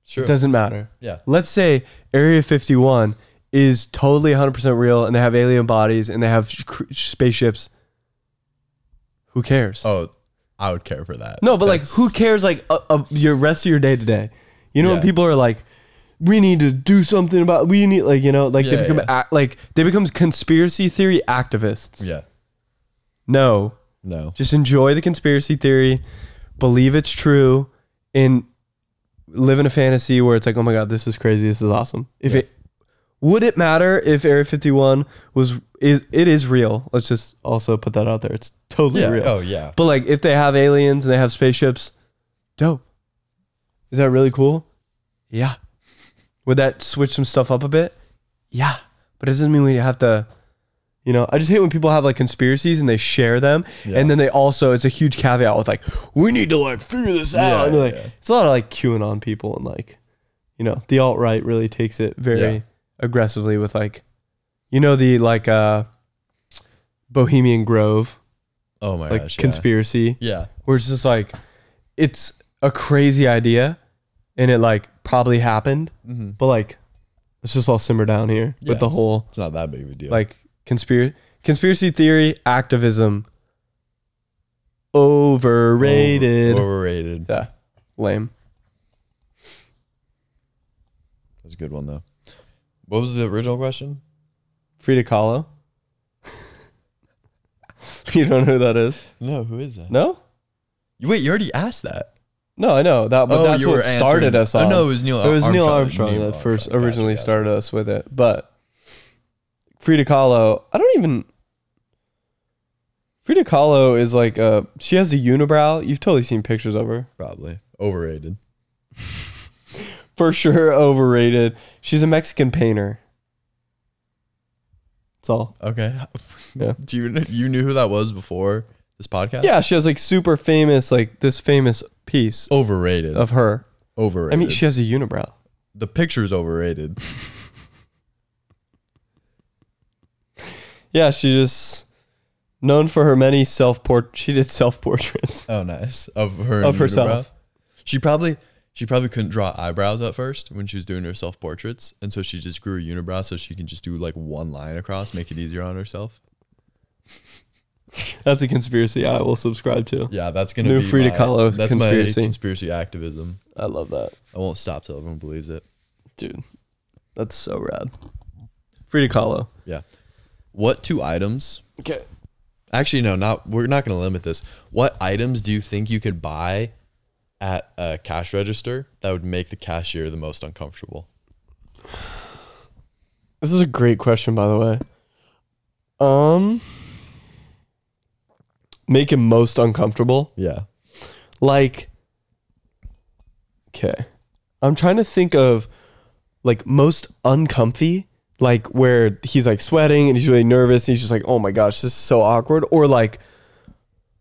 [SPEAKER 3] Sure.
[SPEAKER 4] It doesn't matter.
[SPEAKER 3] yeah.
[SPEAKER 4] Let's say Area 51 is totally 100% real and they have alien bodies and they have sh- cr- spaceships. Who cares?
[SPEAKER 3] Oh, I would care for that.
[SPEAKER 4] no, but like,
[SPEAKER 3] That's-
[SPEAKER 4] who cares? Like, uh, uh, your rest of your day today. You know, when
[SPEAKER 3] Yeah.
[SPEAKER 4] people are like, we need to do something about. We need, like, you know, like they
[SPEAKER 3] Yeah,
[SPEAKER 4] become
[SPEAKER 3] yeah.
[SPEAKER 4] ac- like they become conspiracy theory activists.
[SPEAKER 3] Yeah.
[SPEAKER 4] No,
[SPEAKER 3] No.
[SPEAKER 4] just enjoy the conspiracy theory, believe it's true, and live in a fantasy where it's like, oh my god, this is crazy, this is awesome. If
[SPEAKER 3] Yeah.
[SPEAKER 4] it would it matter if Area 51 was is it is real? Let's just also put that out there. It's totally
[SPEAKER 3] Yeah.
[SPEAKER 4] real.
[SPEAKER 3] Oh, yeah.
[SPEAKER 4] But like, if they have aliens and they have spaceships, dope. Is that really cool? Yeah. Would that switch some stuff up a bit? Yeah. But it doesn't mean we have to. You know, I just hate when people have like conspiracies and they share them,
[SPEAKER 3] Yeah.
[SPEAKER 4] and then they also it's a huge caveat with like we need to like figure this out.
[SPEAKER 3] Yeah,
[SPEAKER 4] and they're like,
[SPEAKER 3] yeah.
[SPEAKER 4] It's a lot of like QAnon people and like, you know, the alt right really takes it very
[SPEAKER 3] Yeah.
[SPEAKER 4] aggressively with like, you know, the like uh, Bohemian Grove
[SPEAKER 3] Oh my
[SPEAKER 4] like
[SPEAKER 3] gosh. yeah.
[SPEAKER 4] conspiracy
[SPEAKER 3] Yeah.
[SPEAKER 4] where it's just like it's a crazy idea and it like probably happened
[SPEAKER 3] Mhm.
[SPEAKER 4] but like let's just all simmer down here
[SPEAKER 3] Yeah,
[SPEAKER 4] with the
[SPEAKER 3] it's-
[SPEAKER 4] whole
[SPEAKER 3] It's not that big of a deal.
[SPEAKER 4] like conspiracy conspiracy theory activism overrated
[SPEAKER 3] Over- overrated.
[SPEAKER 4] yeah lame
[SPEAKER 3] That's a good one though. What was the original question?
[SPEAKER 4] frida kahlo (laughs) you don't know who that is
[SPEAKER 3] No. Who is that?
[SPEAKER 4] no
[SPEAKER 3] Wait, you already asked that.
[SPEAKER 4] no i know that but
[SPEAKER 3] Oh,
[SPEAKER 4] that's
[SPEAKER 3] you were
[SPEAKER 4] what started
[SPEAKER 3] answering-
[SPEAKER 4] us on
[SPEAKER 3] Oh, no, it was Neil.
[SPEAKER 4] it was
[SPEAKER 3] Armstrong.
[SPEAKER 4] Neil Armstrong
[SPEAKER 3] Neil
[SPEAKER 4] that first
[SPEAKER 3] Armstrong. Gotcha,
[SPEAKER 4] originally
[SPEAKER 3] gotcha.
[SPEAKER 4] started us with it, but Frida Kahlo, I don't even. Frida Kahlo is like a she has a unibrow. You've totally seen pictures of her
[SPEAKER 3] Probably overrated.
[SPEAKER 4] for sure. (laughs) Overrated. She's a Mexican painter. That's all.
[SPEAKER 3] Okay. (laughs)
[SPEAKER 4] Yeah.
[SPEAKER 3] Do you kn- you knew who that was before this podcast?
[SPEAKER 4] Yeah, she has like super famous like this famous piece
[SPEAKER 3] Overrated.
[SPEAKER 4] of her. I
[SPEAKER 3] overrated.
[SPEAKER 4] mean, she has a unibrow.
[SPEAKER 3] the picture's overrated.
[SPEAKER 4] Yeah, she just known for her many self port. She did self portraits.
[SPEAKER 3] Oh, nice. Of her.
[SPEAKER 4] Of
[SPEAKER 3] and
[SPEAKER 4] herself.
[SPEAKER 3] unibrow. She probably she probably couldn't draw eyebrows at first when she was doing her self portraits, and so she just grew a unibrow so she can just do like one line across, make it easier on herself.
[SPEAKER 4] (laughs) That's a conspiracy I will subscribe to.
[SPEAKER 3] Yeah, that's gonna
[SPEAKER 4] New
[SPEAKER 3] be
[SPEAKER 4] Frida
[SPEAKER 3] my-
[SPEAKER 4] Kahlo
[SPEAKER 3] That's
[SPEAKER 4] conspiracy.
[SPEAKER 3] my conspiracy activism.
[SPEAKER 4] I love that.
[SPEAKER 3] I won't stop till everyone believes it.
[SPEAKER 4] Dude, that's so rad. Frida Kahlo.
[SPEAKER 3] Yeah. What two items
[SPEAKER 4] Okay.
[SPEAKER 3] Actually, no, not we're not going to limit this. What items do you think you could buy at a cash register that would make the cashier the most uncomfortable?
[SPEAKER 4] This is a great question, by the way. Um, make him most uncomfortable.
[SPEAKER 3] Yeah.
[SPEAKER 4] Like, okay, I'm trying to think of like most uncomfy, like where he's like sweating and he's really nervous and he's just like, oh my gosh, this is so awkward, or like,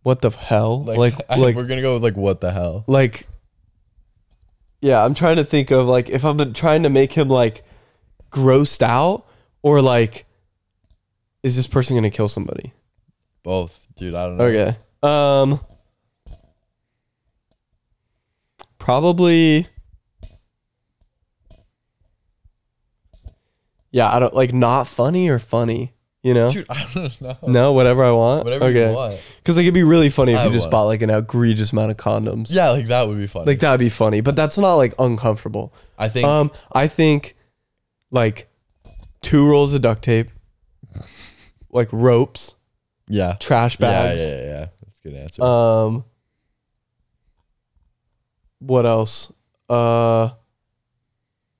[SPEAKER 4] what the hell,
[SPEAKER 3] Like,
[SPEAKER 4] like,
[SPEAKER 3] (laughs) I-
[SPEAKER 4] like
[SPEAKER 3] we're gonna go with like what the hell?
[SPEAKER 4] like yeah i'm trying to think of like if i'm trying to make him like grossed out or like is this person gonna kill somebody
[SPEAKER 3] Both, dude. I don't know.
[SPEAKER 4] okay um probably yeah i don't like not funny or funny you know
[SPEAKER 3] Dude, I don't know.
[SPEAKER 4] (laughs) no whatever i want
[SPEAKER 3] Whatever
[SPEAKER 4] okay
[SPEAKER 3] you want.
[SPEAKER 4] because like it'd be really funny if
[SPEAKER 3] I
[SPEAKER 4] you just
[SPEAKER 3] want.
[SPEAKER 4] bought like an egregious amount of condoms
[SPEAKER 3] Yeah, like that would be funny.
[SPEAKER 4] like that'd be funny but that's not like uncomfortable
[SPEAKER 3] I think
[SPEAKER 4] um i think like two rolls of duct tape like ropes
[SPEAKER 3] yeah.
[SPEAKER 4] trash
[SPEAKER 3] Yeah, yeah,
[SPEAKER 4] bags
[SPEAKER 3] yeah, yeah. That's a good answer.
[SPEAKER 4] um what else uh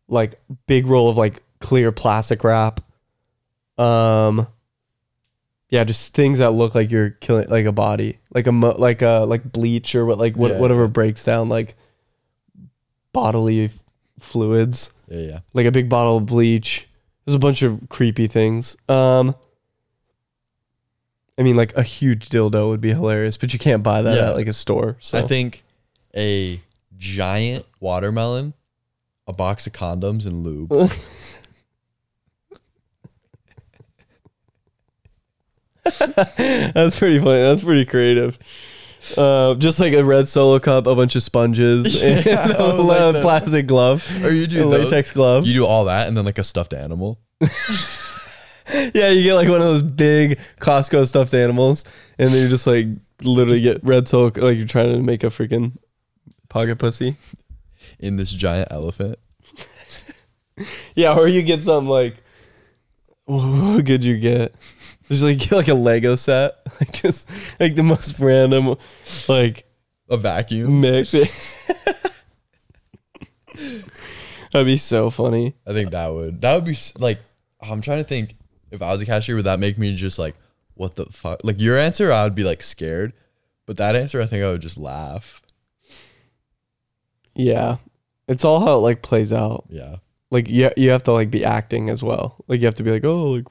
[SPEAKER 4] like big roll of like clear plastic wrap um yeah just things that look like you're killing like a body like a mo- like a like bleach or what like what,
[SPEAKER 3] Yeah,
[SPEAKER 4] whatever breaks down like bodily f- fluids
[SPEAKER 3] yeah, yeah.
[SPEAKER 4] like a big bottle of bleach there's a bunch of creepy things um i mean like a huge dildo would be hilarious but you can't buy that
[SPEAKER 3] Yeah.
[SPEAKER 4] at like a store so
[SPEAKER 3] I think a giant watermelon, a box of condoms, and
[SPEAKER 4] Uh,
[SPEAKER 3] lube.
[SPEAKER 4] (laughs) that's pretty funny that's pretty creative uh, just like a red solo cup a bunch of sponges and
[SPEAKER 3] (laughs) Yeah,
[SPEAKER 4] a
[SPEAKER 3] oh, like
[SPEAKER 4] la-
[SPEAKER 3] the-
[SPEAKER 4] plastic glove
[SPEAKER 3] Or you
[SPEAKER 4] a
[SPEAKER 3] do those-
[SPEAKER 4] latex glove
[SPEAKER 3] You do all that and then like a stuffed animal.
[SPEAKER 4] yeah you get like one of those big costco stuffed animals and then you just like literally get red solo like you're trying to make a freaking pocket pussy
[SPEAKER 3] in this giant elephant.
[SPEAKER 4] Yeah, or you get something like, (laughs) what could you get? Just like get like a Lego set, (laughs) like just like the most random, like
[SPEAKER 3] A vacuum.
[SPEAKER 4] mix. (laughs) That'd be so funny.
[SPEAKER 3] I think that would that would be s- like I'm trying to think if I was a cashier would that make me just like what the fuck like your answer I would be like scared, but that answer I think I would just laugh.
[SPEAKER 4] Yeah, it's all how it like plays out.
[SPEAKER 3] Yeah.
[SPEAKER 4] Like you, you have to like be acting as well. Like you have to be like, oh, like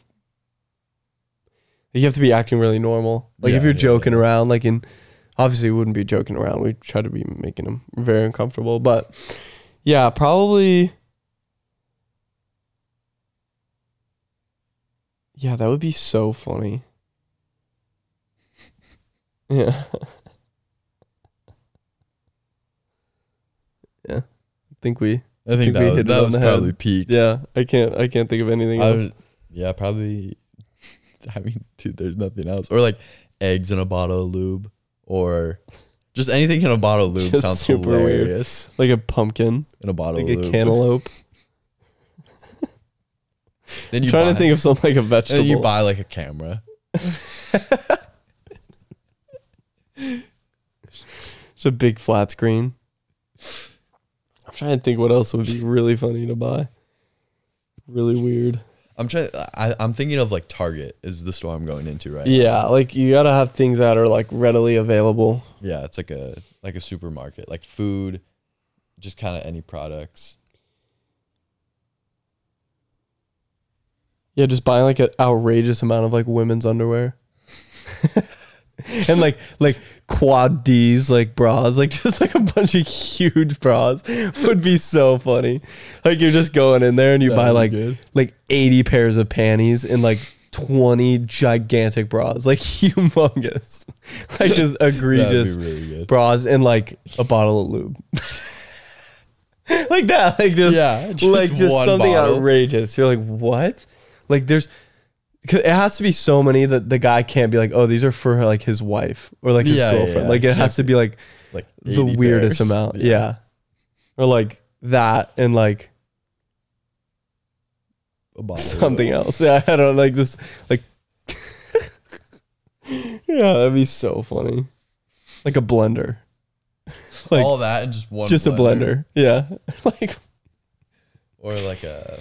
[SPEAKER 4] you have to be acting really normal. Like if
[SPEAKER 3] Yeah,
[SPEAKER 4] you're
[SPEAKER 3] yeah,
[SPEAKER 4] joking around, like in obviously we wouldn't be joking around. We try to be making them very uncomfortable, but yeah, probably. Yeah, that would be so funny. (laughs) Yeah. (laughs) yeah. I think we
[SPEAKER 3] I
[SPEAKER 4] think we
[SPEAKER 3] think, that was,
[SPEAKER 4] hit it
[SPEAKER 3] that
[SPEAKER 4] on
[SPEAKER 3] was
[SPEAKER 4] the head.
[SPEAKER 3] probably peak.
[SPEAKER 4] Yeah, I can't I can't think of anything
[SPEAKER 3] I
[SPEAKER 4] else.
[SPEAKER 3] would, yeah, probably (laughs) I mean, dude, there's nothing else. Or like eggs in a bottle of lube or just anything in a bottle of lube
[SPEAKER 4] Just
[SPEAKER 3] sounds
[SPEAKER 4] super weird.
[SPEAKER 3] hilarious.
[SPEAKER 4] like a pumpkin,
[SPEAKER 3] In a bottle
[SPEAKER 4] like
[SPEAKER 3] of
[SPEAKER 4] a
[SPEAKER 3] lube.
[SPEAKER 4] cantaloupe.
[SPEAKER 3] (laughs) Then you
[SPEAKER 4] trying to
[SPEAKER 3] buy-
[SPEAKER 4] think of something like a vegetable.
[SPEAKER 3] And (laughs) you buy like a camera.
[SPEAKER 4] It's a big flat screen. I'm trying to think what else would be really funny to buy. Really weird.
[SPEAKER 3] I'm trying. I, I'm thinking of like Target is the store I'm going into right.
[SPEAKER 4] Yeah, like you gotta have things that are like readily available.
[SPEAKER 3] Yeah, it's like a like a supermarket, like food, just kind of any products.
[SPEAKER 4] Yeah, just buy like an outrageous amount of like women's underwear. (laughs) and like like quad D's like bras, like (laughs) just like a bunch of huge bras would be so funny. Like you're just going in there and you
[SPEAKER 3] That
[SPEAKER 4] buy
[SPEAKER 3] would be
[SPEAKER 4] like
[SPEAKER 3] good.
[SPEAKER 4] like 80 pairs of panties and like 20 gigantic bras, like (laughs) humongous. (laughs) Like just egregious
[SPEAKER 3] That'd be really good.
[SPEAKER 4] bras and like a bottle of lube. (laughs) like that, like just
[SPEAKER 3] Yeah, just
[SPEAKER 4] like just
[SPEAKER 3] one
[SPEAKER 4] something
[SPEAKER 3] bottle.
[SPEAKER 4] outrageous. You're like, what? Like there's, 'cause it has to be so many that the guy can't be like, oh, these are for like his wife or like his
[SPEAKER 3] Yeah, yeah,
[SPEAKER 4] girlfriend.
[SPEAKER 3] yeah.
[SPEAKER 4] Like it
[SPEAKER 3] Can't
[SPEAKER 4] has to be like
[SPEAKER 3] Like
[SPEAKER 4] the
[SPEAKER 3] 80
[SPEAKER 4] weirdest
[SPEAKER 3] pairs.
[SPEAKER 4] amount, yeah. or like that and like
[SPEAKER 3] A bottle of
[SPEAKER 4] something
[SPEAKER 3] it.
[SPEAKER 4] else. Yeah, I don't like just like. (laughs) yeah, that'd be so funny. Like a blender. Like
[SPEAKER 3] All that and just
[SPEAKER 4] (laughs)
[SPEAKER 3] one.
[SPEAKER 4] just a blender. Yeah. like
[SPEAKER 3] Or like a,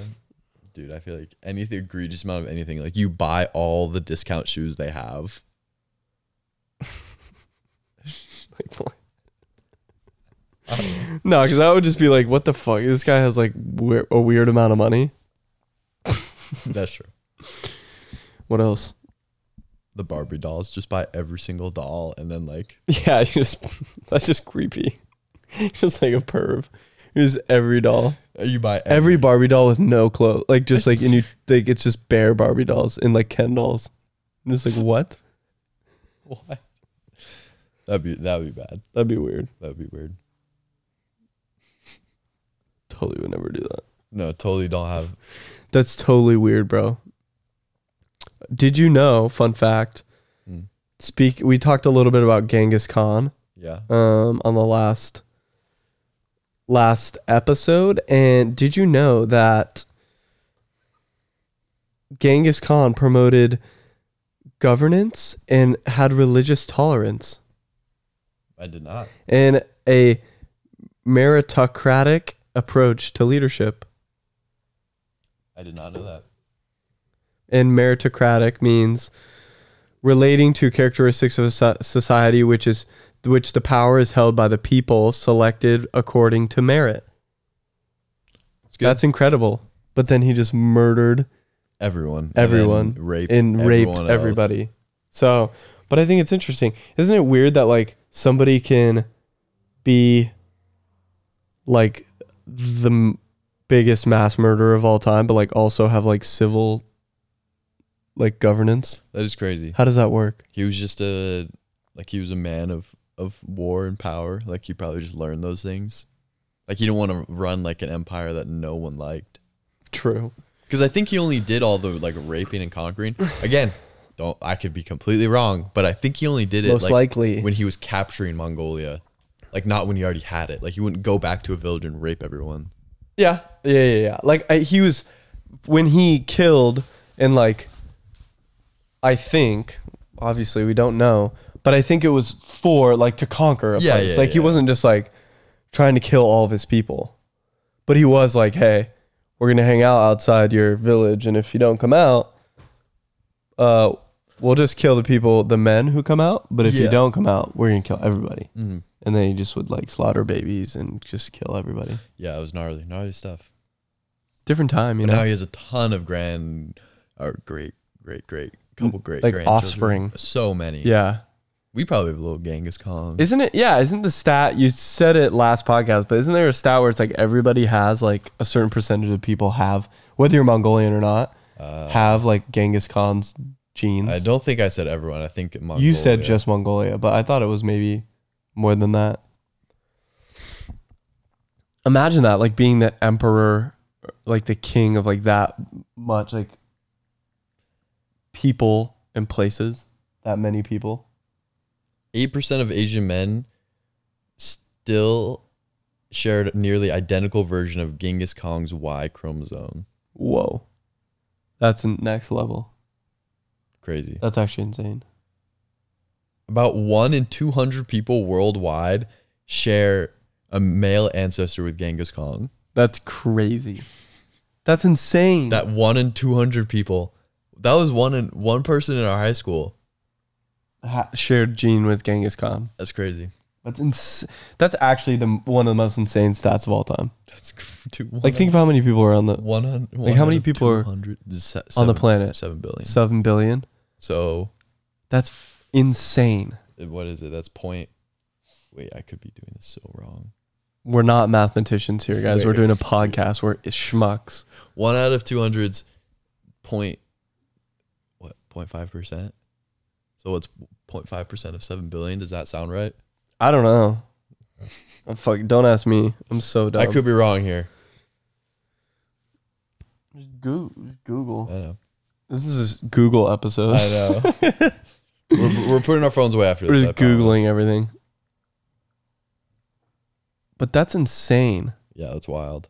[SPEAKER 3] dude. I feel like any egregious amount of anything, like you buy all the discount shoes they (laughs) have.
[SPEAKER 4] Like, what? (laughs) no, because that would just be like, what the fuck? This guy has like weir- a weird amount of money.
[SPEAKER 3] That's true.
[SPEAKER 4] What else? (laughs)
[SPEAKER 3] The Barbie dolls just buy every single doll and then like
[SPEAKER 4] Yeah, you just (laughs) that's just creepy. (laughs) just like a perv. Just every doll,
[SPEAKER 3] uh, you buy
[SPEAKER 4] every Barbie doll with no clothes, like just like and you like it's just bare Barbie dolls and like Ken dolls. I'm just like what?
[SPEAKER 3] what? That'd be that would be bad.
[SPEAKER 4] That'd be weird.
[SPEAKER 3] That'd be weird.
[SPEAKER 4] Totally would never do that.
[SPEAKER 3] No, totally don't have.
[SPEAKER 4] That's totally weird, bro. Did you know? Fun fact.
[SPEAKER 3] Hmm.
[SPEAKER 4] Speak. We talked a little bit about Genghis Khan
[SPEAKER 3] Yeah.
[SPEAKER 4] um, on the last last episode, and did you know that Genghis Khan promoted governance and had religious tolerance?
[SPEAKER 3] I did not.
[SPEAKER 4] and a meritocratic approach to leadership.
[SPEAKER 3] I did not know that.
[SPEAKER 4] And meritocratic means relating to characteristics of a so- society which is which the power is held by the people selected according to merit.
[SPEAKER 3] It's good.
[SPEAKER 4] That's incredible. But then he just murdered
[SPEAKER 3] everyone. and then
[SPEAKER 4] everyone
[SPEAKER 3] raped
[SPEAKER 4] and raped
[SPEAKER 3] everyone else.
[SPEAKER 4] everybody. So, but I think it's interesting. Isn't it weird that like somebody can be like the m- biggest mass murderer of all time but like also have like civil like governance?
[SPEAKER 3] That is crazy.
[SPEAKER 4] How does that work?
[SPEAKER 3] He was just a like he was a man of of war and power. Like he probably just learned those things. Like he didn't want to run like an empire that no one liked.
[SPEAKER 4] True.
[SPEAKER 3] Because I think he only did all the like raping
[SPEAKER 4] (sighs)
[SPEAKER 3] and conquering. Again, don't I could be completely wrong, but I think he only did it
[SPEAKER 4] Most
[SPEAKER 3] like,
[SPEAKER 4] likely.
[SPEAKER 3] when he was capturing Mongolia, like not when he already had it. Like he wouldn't go back to a village and rape everyone.
[SPEAKER 4] Yeah, yeah, yeah, yeah. Like I, he was when he killed, and like I think, obviously we don't know, but I think it was for like to conquer a
[SPEAKER 3] Yeah,
[SPEAKER 4] place.
[SPEAKER 3] yeah,
[SPEAKER 4] like he
[SPEAKER 3] yeah.
[SPEAKER 4] wasn't just like trying to kill all of his people, but he was like, hey, we're gonna hang out outside your village, and if you don't come out, uh. We'll just kill the people, the men who come out. But if you
[SPEAKER 3] Yeah.
[SPEAKER 4] don't come out, we're gonna kill everybody. And then he just would like slaughter babies and just kill everybody.
[SPEAKER 3] Yeah, it was gnarly, gnarly stuff.
[SPEAKER 4] Different time, you
[SPEAKER 3] But
[SPEAKER 4] know.
[SPEAKER 3] now he has a ton of grand, or great, great, great, couple great,
[SPEAKER 4] Mm, like
[SPEAKER 3] grandchildren.
[SPEAKER 4] offspring.
[SPEAKER 3] So many.
[SPEAKER 4] Yeah.
[SPEAKER 3] we probably have a little Genghis Khan.
[SPEAKER 4] Isn't it? Yeah. Isn't the stat you said it last podcast? But isn't there a stat where it's like everybody has like a certain percentage of people have, whether you're Mongolian or not, have like Genghis Khan's genes?
[SPEAKER 3] Uh, I don't think I said everyone. I think Mongolia.
[SPEAKER 4] you said just Mongolia, but I thought it was maybe more than that. Imagine that, like being the emperor, like the king of like that much, like people and places, that many people.
[SPEAKER 3] eight percent of Asian men still shared a nearly identical version of Genghis Khan's Y chromosome.
[SPEAKER 4] Whoa. That's n- next level.
[SPEAKER 3] Crazy.
[SPEAKER 4] That's actually insane.
[SPEAKER 3] About one in two hundred people worldwide share a male ancestor with Genghis Khan.
[SPEAKER 4] That's crazy. That's insane.
[SPEAKER 3] That one in two hundred people. That was one in one person in our high school.
[SPEAKER 4] ha- shared gene with Genghis Khan.
[SPEAKER 3] That's crazy.
[SPEAKER 4] That's ins- That's actually the m- one of the most insane stats of all time.
[SPEAKER 3] That's (laughs) cr- two, one
[SPEAKER 4] Like, think of how many people are on the
[SPEAKER 3] one hundred.
[SPEAKER 4] like, how many people are on the planet?
[SPEAKER 3] Seven billion.
[SPEAKER 4] seven billion.
[SPEAKER 3] So
[SPEAKER 4] That's f- insane.
[SPEAKER 3] what is it? That's point. Wait, I could be doing this so wrong.
[SPEAKER 4] We're not mathematicians here, guys. We're
[SPEAKER 3] Wait.
[SPEAKER 4] doing a podcast. We're schmucks.
[SPEAKER 3] One out of two hundreds, point what point five percent. So it's point five percent of seven billion. Does that sound right?
[SPEAKER 4] I don't know. I'm fuck. Don't ask me. I'm so dumb.
[SPEAKER 3] I could be wrong here.
[SPEAKER 4] Go-
[SPEAKER 3] I
[SPEAKER 4] Google.
[SPEAKER 3] know.
[SPEAKER 4] This is this Google episode. (laughs)
[SPEAKER 3] I know. we're, we're putting our phones away after
[SPEAKER 4] We're
[SPEAKER 3] this.
[SPEAKER 4] just
[SPEAKER 3] I promise.
[SPEAKER 4] googling everything. But that's insane.
[SPEAKER 3] Yeah, that's wild,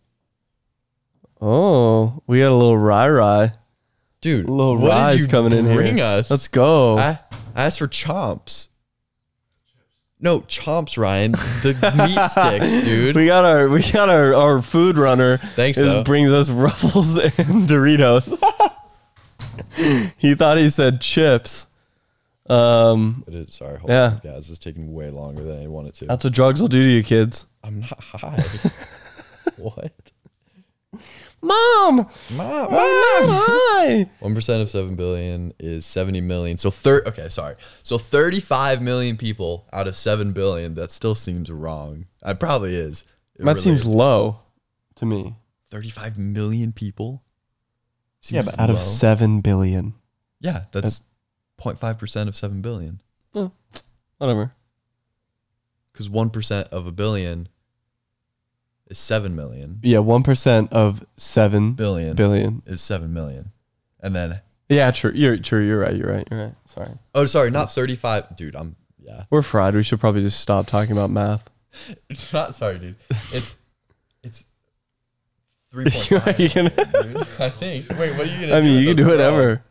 [SPEAKER 4] Oh, we got a little rye rye.
[SPEAKER 3] dude.
[SPEAKER 4] A little
[SPEAKER 3] what
[SPEAKER 4] rye's
[SPEAKER 3] did you
[SPEAKER 4] coming in here.
[SPEAKER 3] Bring us.
[SPEAKER 4] Let's go.
[SPEAKER 3] I, I asked for chomps. No, chomps, Ryan. The
[SPEAKER 4] (laughs)
[SPEAKER 3] meat sticks, dude.
[SPEAKER 4] We got our we got our, our food runner.
[SPEAKER 3] Thanks,
[SPEAKER 4] It
[SPEAKER 3] though.
[SPEAKER 4] brings us (laughs) Ruffles and Doritos. (laughs) he thought he said chips. Um,
[SPEAKER 3] It is, sorry, hold
[SPEAKER 4] Yeah.
[SPEAKER 3] on, guys. This is taking way longer than I wanted to.
[SPEAKER 4] that's what drugs will do to you, kids.
[SPEAKER 3] I'm not
[SPEAKER 4] (laughs)
[SPEAKER 3] high. what?
[SPEAKER 4] Mom,
[SPEAKER 3] Mom,
[SPEAKER 4] hi.
[SPEAKER 3] One percent of seven billion is seventy million. So thir- okay, sorry. So thirty-five million people out of seven billion. That still seems wrong. It probably is. It
[SPEAKER 4] That seems low to me.
[SPEAKER 3] thirty-five million people.
[SPEAKER 4] Yeah,
[SPEAKER 3] Seems
[SPEAKER 4] but out of
[SPEAKER 3] low.
[SPEAKER 4] seven billion,
[SPEAKER 3] yeah, that's 0.5 percent of seven billion.
[SPEAKER 4] whatever.
[SPEAKER 3] Because one percent of a billion is seven million.
[SPEAKER 4] Yeah, one percent of seven
[SPEAKER 3] Billion,
[SPEAKER 4] billion.
[SPEAKER 3] is seven million, and then
[SPEAKER 4] Yeah, true. You're true. You're right. You're right. You're right. Sorry,
[SPEAKER 3] oh, sorry, not thirty-five, dude. I'm yeah. (laughs)
[SPEAKER 4] we're fried. We should probably just stop talking about math. (laughs)
[SPEAKER 3] It's not sorry, dude. It's it's three point
[SPEAKER 4] Are
[SPEAKER 3] five.
[SPEAKER 4] you
[SPEAKER 3] (laughs)
[SPEAKER 4] gonna-
[SPEAKER 3] dude. I think. Wait, what are you gonna?
[SPEAKER 4] I
[SPEAKER 3] do
[SPEAKER 4] mean,
[SPEAKER 3] with
[SPEAKER 4] you can
[SPEAKER 3] those
[SPEAKER 4] do
[SPEAKER 3] throw?
[SPEAKER 4] whatever.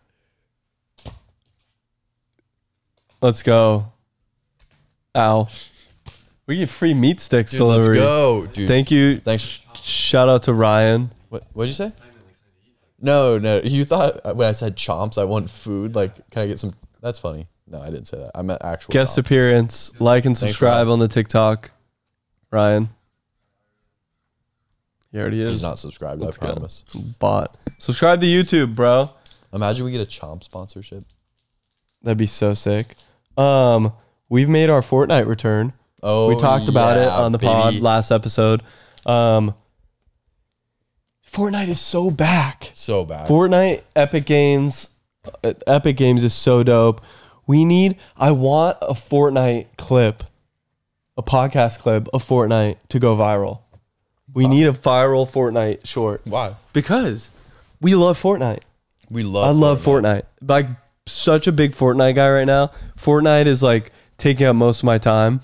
[SPEAKER 4] Let's go. Ow. We get free meat sticks
[SPEAKER 3] Dude, let's
[SPEAKER 4] delivery.
[SPEAKER 3] go, dude.
[SPEAKER 4] Thank you.
[SPEAKER 3] Thanks.
[SPEAKER 4] Shout out to Ryan.
[SPEAKER 3] What What'd you say? No, no. You thought uh, when I said chomps, I want food. Like, can I get some? That's funny. No, I didn't say that. I meant actual.
[SPEAKER 4] Guest
[SPEAKER 3] chomps.
[SPEAKER 4] appearance. Like and subscribe
[SPEAKER 3] Ryan.
[SPEAKER 4] on the TikTok. Ryan. He already
[SPEAKER 3] He's
[SPEAKER 4] is.
[SPEAKER 3] not subscribed.
[SPEAKER 4] Let's
[SPEAKER 3] I
[SPEAKER 4] go.
[SPEAKER 3] promise.
[SPEAKER 4] Bot. Subscribe to YouTube, bro.
[SPEAKER 3] Imagine we get a chomp sponsorship.
[SPEAKER 4] That'd be so sick. Um, we've made our Fortnite return.
[SPEAKER 3] Oh,
[SPEAKER 4] we talked about it
[SPEAKER 3] yeah,
[SPEAKER 4] on the
[SPEAKER 3] baby.
[SPEAKER 4] pod last episode. Um, Fortnite is so back.
[SPEAKER 3] So bad.
[SPEAKER 4] Fortnite, Epic Games, uh, Epic Games is so dope. We need. I want a Fortnite clip, a podcast clip of Fortnite to go viral. We
[SPEAKER 3] Uh,
[SPEAKER 4] need a viral Fortnite short
[SPEAKER 3] Why?
[SPEAKER 4] because we love Fortnite.
[SPEAKER 3] We
[SPEAKER 4] I
[SPEAKER 3] love.
[SPEAKER 4] love Fortnite. Like such a big Fortnite guy right now. Fortnite is like taking up most of my time.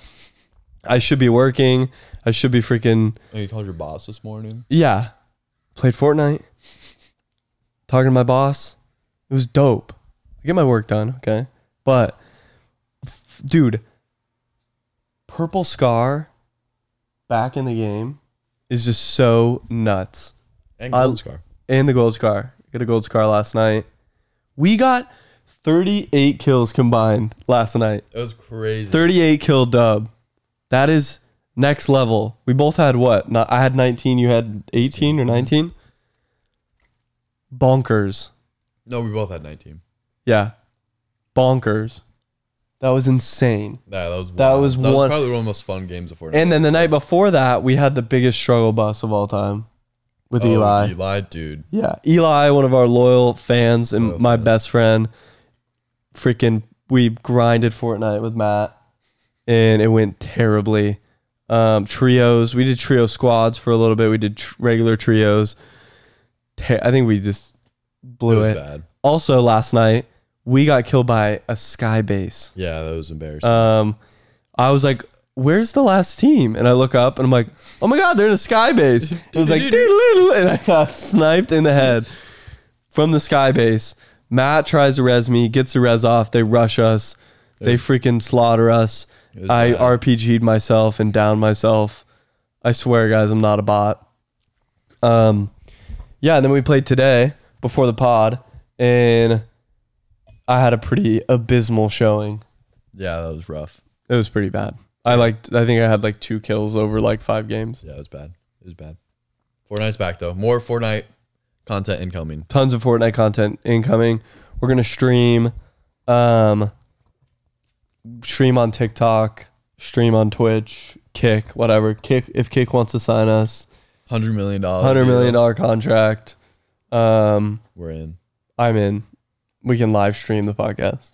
[SPEAKER 4] I should be working. I should be freaking
[SPEAKER 3] Oh, you called your boss this morning.
[SPEAKER 4] yeah. Played Fortnite. Talking to my boss. It was dope. I get my work done, okay? But f- dude, Purple Scar back in the game is just so nuts
[SPEAKER 3] And
[SPEAKER 4] I-
[SPEAKER 3] Gold Scar.
[SPEAKER 4] and the gold scar. Got a gold scar last night. We got 38 kills combined last night.
[SPEAKER 3] It was crazy.
[SPEAKER 4] 38 kill dub. That is next level. We both had what? Not, I had 19. You had 18 or 19. Bonkers.
[SPEAKER 3] no, we both had 19.
[SPEAKER 4] Yeah. Bonkers. That was insane.
[SPEAKER 3] Nah, that was wild.
[SPEAKER 4] That was one-
[SPEAKER 3] probably one of the most fun games of Fortnite.
[SPEAKER 4] And then the night before that, we had the biggest struggle bus of all time with
[SPEAKER 3] Oh,
[SPEAKER 4] Eli.
[SPEAKER 3] Eli, dude.
[SPEAKER 4] Yeah, Eli, one of our loyal fans and
[SPEAKER 3] Loyal
[SPEAKER 4] my
[SPEAKER 3] fans.
[SPEAKER 4] best friend, freaking we grinded Fortnite with Matt and it went terribly. Um, trios, we did trio squads for a little bit. We did tr- regular trios. Te- I think we just
[SPEAKER 3] It
[SPEAKER 4] blew
[SPEAKER 3] was
[SPEAKER 4] it.
[SPEAKER 3] bad.
[SPEAKER 4] Also, last night we got killed by a sky base.
[SPEAKER 3] Yeah, that was embarrassing.
[SPEAKER 4] Um, I was like, "Where's the last team?" And I look up and I'm like, "Oh my god, they're in a sky base." It was like, "Doodle-doodle," and I got sniped in the head from the sky base. Matt tries to res me, gets the res off. They rush us. They freaking slaughter us.
[SPEAKER 3] was
[SPEAKER 4] I
[SPEAKER 3] bad.
[SPEAKER 4] RPG'd myself and downed myself. I swear, guys, I'm not a bot. Um, yeah, and then we played today before the pod, and I had a pretty abysmal showing.
[SPEAKER 3] yeah, that was rough.
[SPEAKER 4] It was pretty bad. I liked. I think I had like two kills over like five games.
[SPEAKER 3] Yeah, it was bad. It was bad. Fortnite's back though. More Fortnite content incoming.
[SPEAKER 4] Tons of Fortnite content incoming. We're gonna stream, um, stream on TikTok, stream on Twitch, Kick, whatever. Kick if Kick wants to sign us,
[SPEAKER 3] Hundred million dollars.
[SPEAKER 4] hundred million dollar contract. Um,
[SPEAKER 3] We're in.
[SPEAKER 4] I'm in. We can live stream the podcast.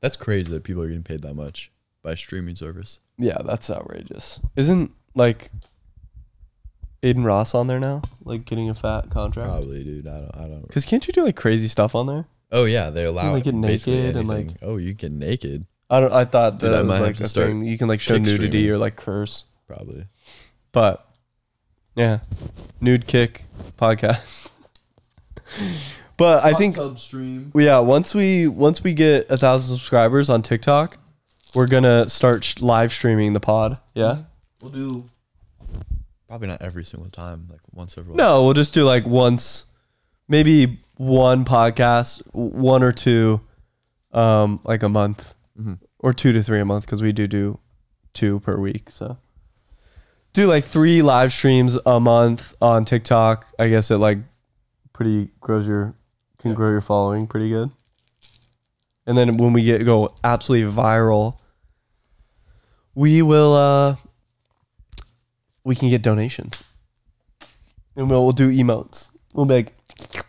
[SPEAKER 3] That's crazy that people are getting paid that much by a streaming service.
[SPEAKER 4] Yeah, that's outrageous. Isn't like Aiden Ross on there now? Like getting a fat contract?
[SPEAKER 3] Probably, dude. I don't. I don't.
[SPEAKER 4] Because can't you do like crazy stuff on there?
[SPEAKER 3] Oh yeah, they allow.
[SPEAKER 4] like, get
[SPEAKER 3] basically
[SPEAKER 4] naked and,
[SPEAKER 3] anything.
[SPEAKER 4] like-
[SPEAKER 3] Oh, you get naked.
[SPEAKER 4] I don't. I thought that
[SPEAKER 3] Dude, I might
[SPEAKER 4] was
[SPEAKER 3] have
[SPEAKER 4] like
[SPEAKER 3] to
[SPEAKER 4] a
[SPEAKER 3] start
[SPEAKER 4] thing. You can like show
[SPEAKER 3] kick
[SPEAKER 4] nudity
[SPEAKER 3] streaming.
[SPEAKER 4] or like curse,
[SPEAKER 3] Probably.
[SPEAKER 4] but yeah, nude kick podcast. (laughs) but I think
[SPEAKER 3] Hot tub stream.
[SPEAKER 4] yeah. Once we once we get a thousand subscribers on TikTok, we're gonna start sh- live streaming the pod.
[SPEAKER 3] Mm-hmm.
[SPEAKER 4] Yeah.
[SPEAKER 3] We'll do probably not every single time, like once every
[SPEAKER 4] No, we'll just do like once, maybe one podcast, w- one or two, um, like a month, or two to three a month because we do do two per week. So do like three live streams a month on TikTok. I guess it like pretty grows your can grow your following pretty good. And then when we get go absolutely viral, we will uh we can get donations and we'll, we'll do emotes. We'll be like, (laughs)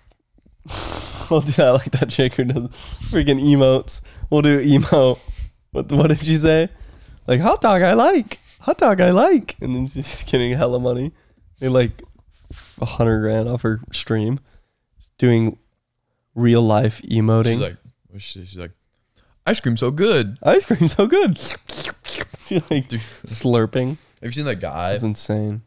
[SPEAKER 4] we'll do that like that chick who does freaking emotes. We'll do emo. What what did she say? Like hot dog I like, hot dog I like, and then she's getting hella money, made like a hundred grand off her stream, doing real life emoting.
[SPEAKER 3] She's like, what's she- she's like, ice cream so good.
[SPEAKER 4] Ice cream so good. (laughs) She, like slurping.
[SPEAKER 3] Have you seen that guy?
[SPEAKER 4] It's insane.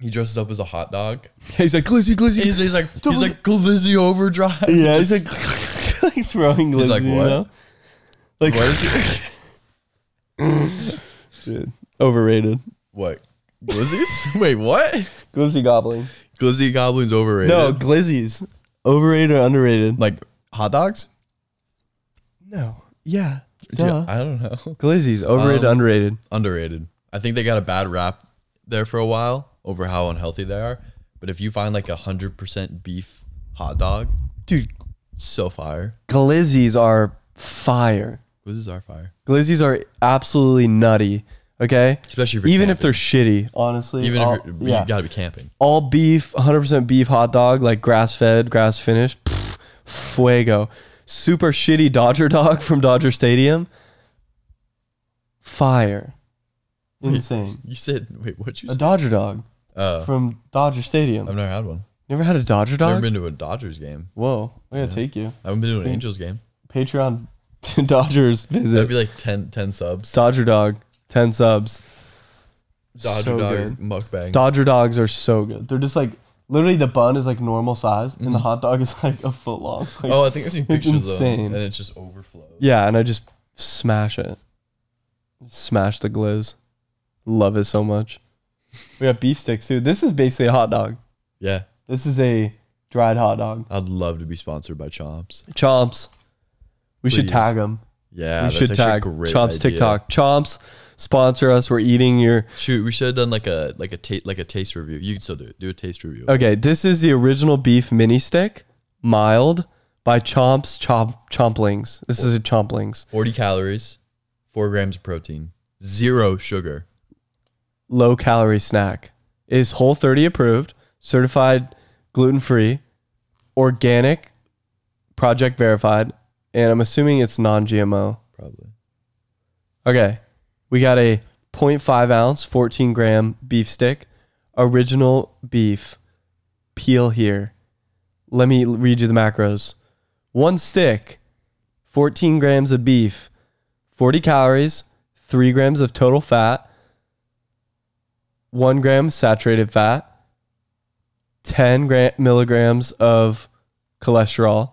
[SPEAKER 3] He dresses up as a hot dog.
[SPEAKER 4] He's like glizzy glizzy.
[SPEAKER 3] He's, he's like, he's like glizzy overdrive.
[SPEAKER 4] Yeah, he's like, (laughs)
[SPEAKER 3] (laughs)
[SPEAKER 4] like throwing glizzy.
[SPEAKER 3] He's like,
[SPEAKER 4] you
[SPEAKER 3] "What?"
[SPEAKER 4] know? Like (laughs)
[SPEAKER 3] What is it?
[SPEAKER 4] Dude, overrated.
[SPEAKER 3] what? Glizzies? (laughs) Wait, what?
[SPEAKER 4] Glizzy gobbling.
[SPEAKER 3] Glizzy goblins overrated.
[SPEAKER 4] No, glizzies. Overrated or underrated?
[SPEAKER 3] like hot dogs.
[SPEAKER 4] No. Yeah.
[SPEAKER 3] Yeah,
[SPEAKER 4] Duh.
[SPEAKER 3] I don't know.
[SPEAKER 4] glizzies. Overrated,
[SPEAKER 3] Um,
[SPEAKER 4] underrated.
[SPEAKER 3] Underrated. I think they got a bad rap there for a while over how unhealthy they are. But if you find like a hundred percent beef hot dog,
[SPEAKER 4] Dude,
[SPEAKER 3] so fire.
[SPEAKER 4] glizzies are fire.
[SPEAKER 3] Glizzies are fire.
[SPEAKER 4] Glizzies are absolutely nutty. Okay?
[SPEAKER 3] Especially if you're
[SPEAKER 4] Even if
[SPEAKER 3] camping.
[SPEAKER 4] they're shitty, honestly.
[SPEAKER 3] even
[SPEAKER 4] all,
[SPEAKER 3] if you're, you
[SPEAKER 4] yeah.
[SPEAKER 3] gotta be camping. (laughs)
[SPEAKER 4] all beef, 100% beef hot dog, like grass fed, grass finished. Pff, fuego. Super shitty Dodger dog (laughs) from Dodger Stadium.
[SPEAKER 3] (laughs)
[SPEAKER 4] Fire. Insane.
[SPEAKER 3] You said wait, what you
[SPEAKER 4] A
[SPEAKER 3] said?
[SPEAKER 4] Dodger dog
[SPEAKER 3] Uh,
[SPEAKER 4] from Dodger Stadium.
[SPEAKER 3] I've never had one.
[SPEAKER 4] Never had a Dodger
[SPEAKER 3] Never
[SPEAKER 4] dog?
[SPEAKER 3] been to a Dodgers game.
[SPEAKER 4] Whoa, I gotta take you.
[SPEAKER 3] I haven't been to an Angels game.
[SPEAKER 4] Patreon (laughs) Dodgers
[SPEAKER 3] That'd
[SPEAKER 4] visit.
[SPEAKER 3] be like 10, 10 subs.
[SPEAKER 4] Dodger dog, 10 subs.
[SPEAKER 3] Dodger
[SPEAKER 4] so
[SPEAKER 3] dog
[SPEAKER 4] good.
[SPEAKER 3] mukbang.
[SPEAKER 4] Dodger dogs are so good. They're just like, literally, the bun is like normal size and
[SPEAKER 3] Mm.
[SPEAKER 4] the hot dog is (laughs) like a foot long. Like,
[SPEAKER 3] oh, I think I've
[SPEAKER 4] (laughs)
[SPEAKER 3] seen pictures of them,
[SPEAKER 4] insane.
[SPEAKER 3] and it's just overflows.
[SPEAKER 4] Yeah, and I just smash it. Smash the glizz. Love it so much. We got beef sticks too. This is basically a hot dog.
[SPEAKER 3] Yeah,
[SPEAKER 4] This is a dried hot dog.
[SPEAKER 3] I'd love to be sponsored by Chomps.
[SPEAKER 4] Chomps. We should
[SPEAKER 3] Please.
[SPEAKER 4] tag them.
[SPEAKER 3] Yeah,
[SPEAKER 4] we
[SPEAKER 3] that's
[SPEAKER 4] should
[SPEAKER 3] actually a
[SPEAKER 4] tag
[SPEAKER 3] great
[SPEAKER 4] Chomps
[SPEAKER 3] idea.
[SPEAKER 4] TikTok. Chomps sponsor us. We're eating your.
[SPEAKER 3] Shoot, we should have done like a like a taste like a taste review. You can still do it. Do a taste review.
[SPEAKER 4] Okay, this is the original beef mini stick, mild by Chomps Chomp Chomplings. This is a Chomplings.
[SPEAKER 3] Forty calories, four grams of protein, zero sugar.
[SPEAKER 4] low calorie snack. It is Whole 30 approved, certified gluten free, organic, project verified, and I'm assuming it's non GMO.
[SPEAKER 3] Probably.
[SPEAKER 4] Okay. We got a 0.5 ounce, 14 gram beef stick, original beef. Peel here. Let me l- read you the macros. One stick, 14 grams of beef, 40 calories, 3 grams of total fat, 1 gram saturated fat, 10 gra- milligrams of cholesterol,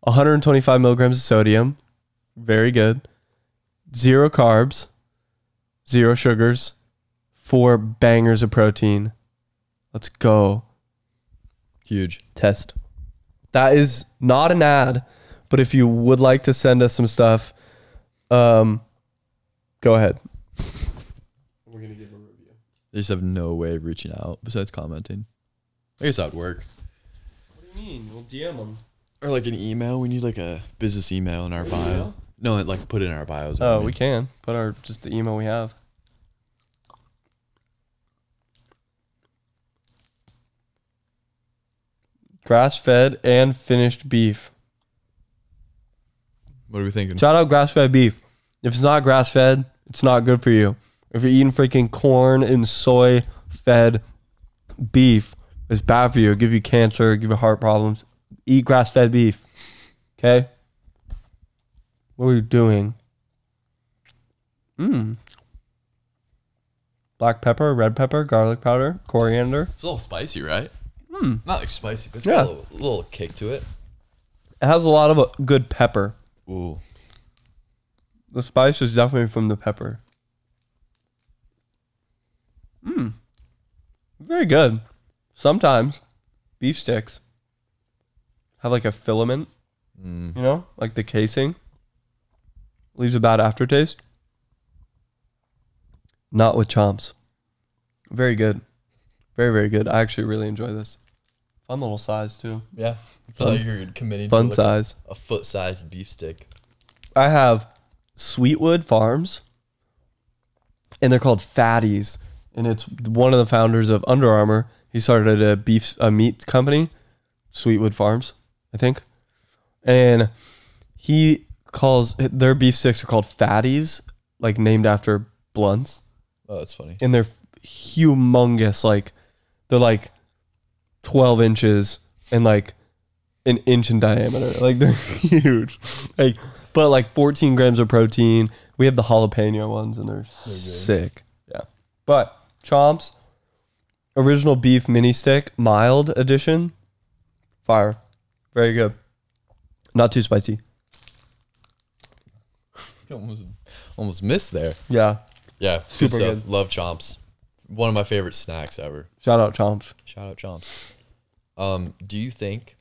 [SPEAKER 4] 125 milligrams of sodium. Very good zero carbs, zero sugars, four bangers of protein. Let's go.
[SPEAKER 3] Huge.
[SPEAKER 4] Test. That is not an ad, but if you would like to send us some stuff, um, go ahead.
[SPEAKER 3] They just have no way of reaching out besides commenting. I guess that'd work.
[SPEAKER 4] What do you mean? We'll DM them.
[SPEAKER 3] Or like an email. We need like a business email in our bio. No, like put it in our bios.
[SPEAKER 4] Oh, we can put our just the email we have. Grass fed and finished beef.
[SPEAKER 3] What are we thinking?
[SPEAKER 4] Shout out grass fed beef. If it's not grass fed, it's not good for you. If you're eating freaking corn and soy fed beef, it's bad for you. It'll give you cancer, give you heart problems. Eat grass fed beef. Okay? What are you doing? Mmm. Black pepper, red pepper, garlic powder, coriander.
[SPEAKER 3] It's a little spicy, right? Not like spicy, but it's
[SPEAKER 4] Hmm. Yeah.
[SPEAKER 3] got a little, little kick to it.
[SPEAKER 4] It has a lot of uh, good pepper.
[SPEAKER 3] Ooh.
[SPEAKER 4] The spice is definitely from the pepper. Mmm. Hmm. Very good. Sometimes beef sticks have like a filament, you know, like the casing. Leaves a bad aftertaste. Not with chomps. Very good. Very, very good. I actually really enjoy this. Fun little size, too.
[SPEAKER 3] Yeah. It's not like you're committing to
[SPEAKER 4] Fun
[SPEAKER 3] like
[SPEAKER 4] size.
[SPEAKER 3] a foot sized beef stick.
[SPEAKER 4] I have Sweetwood Farms, and they're called Fatties, and it's one of the founders of Under Armour. He started a beef a meat company, Sweetwood Farms, I think, and he calls their beef sticks are called Fatties, like named after blunts
[SPEAKER 3] Oh, that's funny.
[SPEAKER 4] and they're humongous. Like they're like twelve inches and like an inch in diameter. Like they're (laughs) huge. Like but like fourteen grams of protein. We have the jalapeno ones and they're sick. Yeah. But chomps, original beef mini stick, mild edition, fire, very good. Not too spicy.
[SPEAKER 3] Almost, almost missed there.
[SPEAKER 4] Yeah.
[SPEAKER 3] Yeah. Good
[SPEAKER 4] Super
[SPEAKER 3] stuff.
[SPEAKER 4] good.
[SPEAKER 3] Love chomps. One of my favorite snacks ever.
[SPEAKER 4] Shout out chomps.
[SPEAKER 3] Shout out chomps. Um, do you think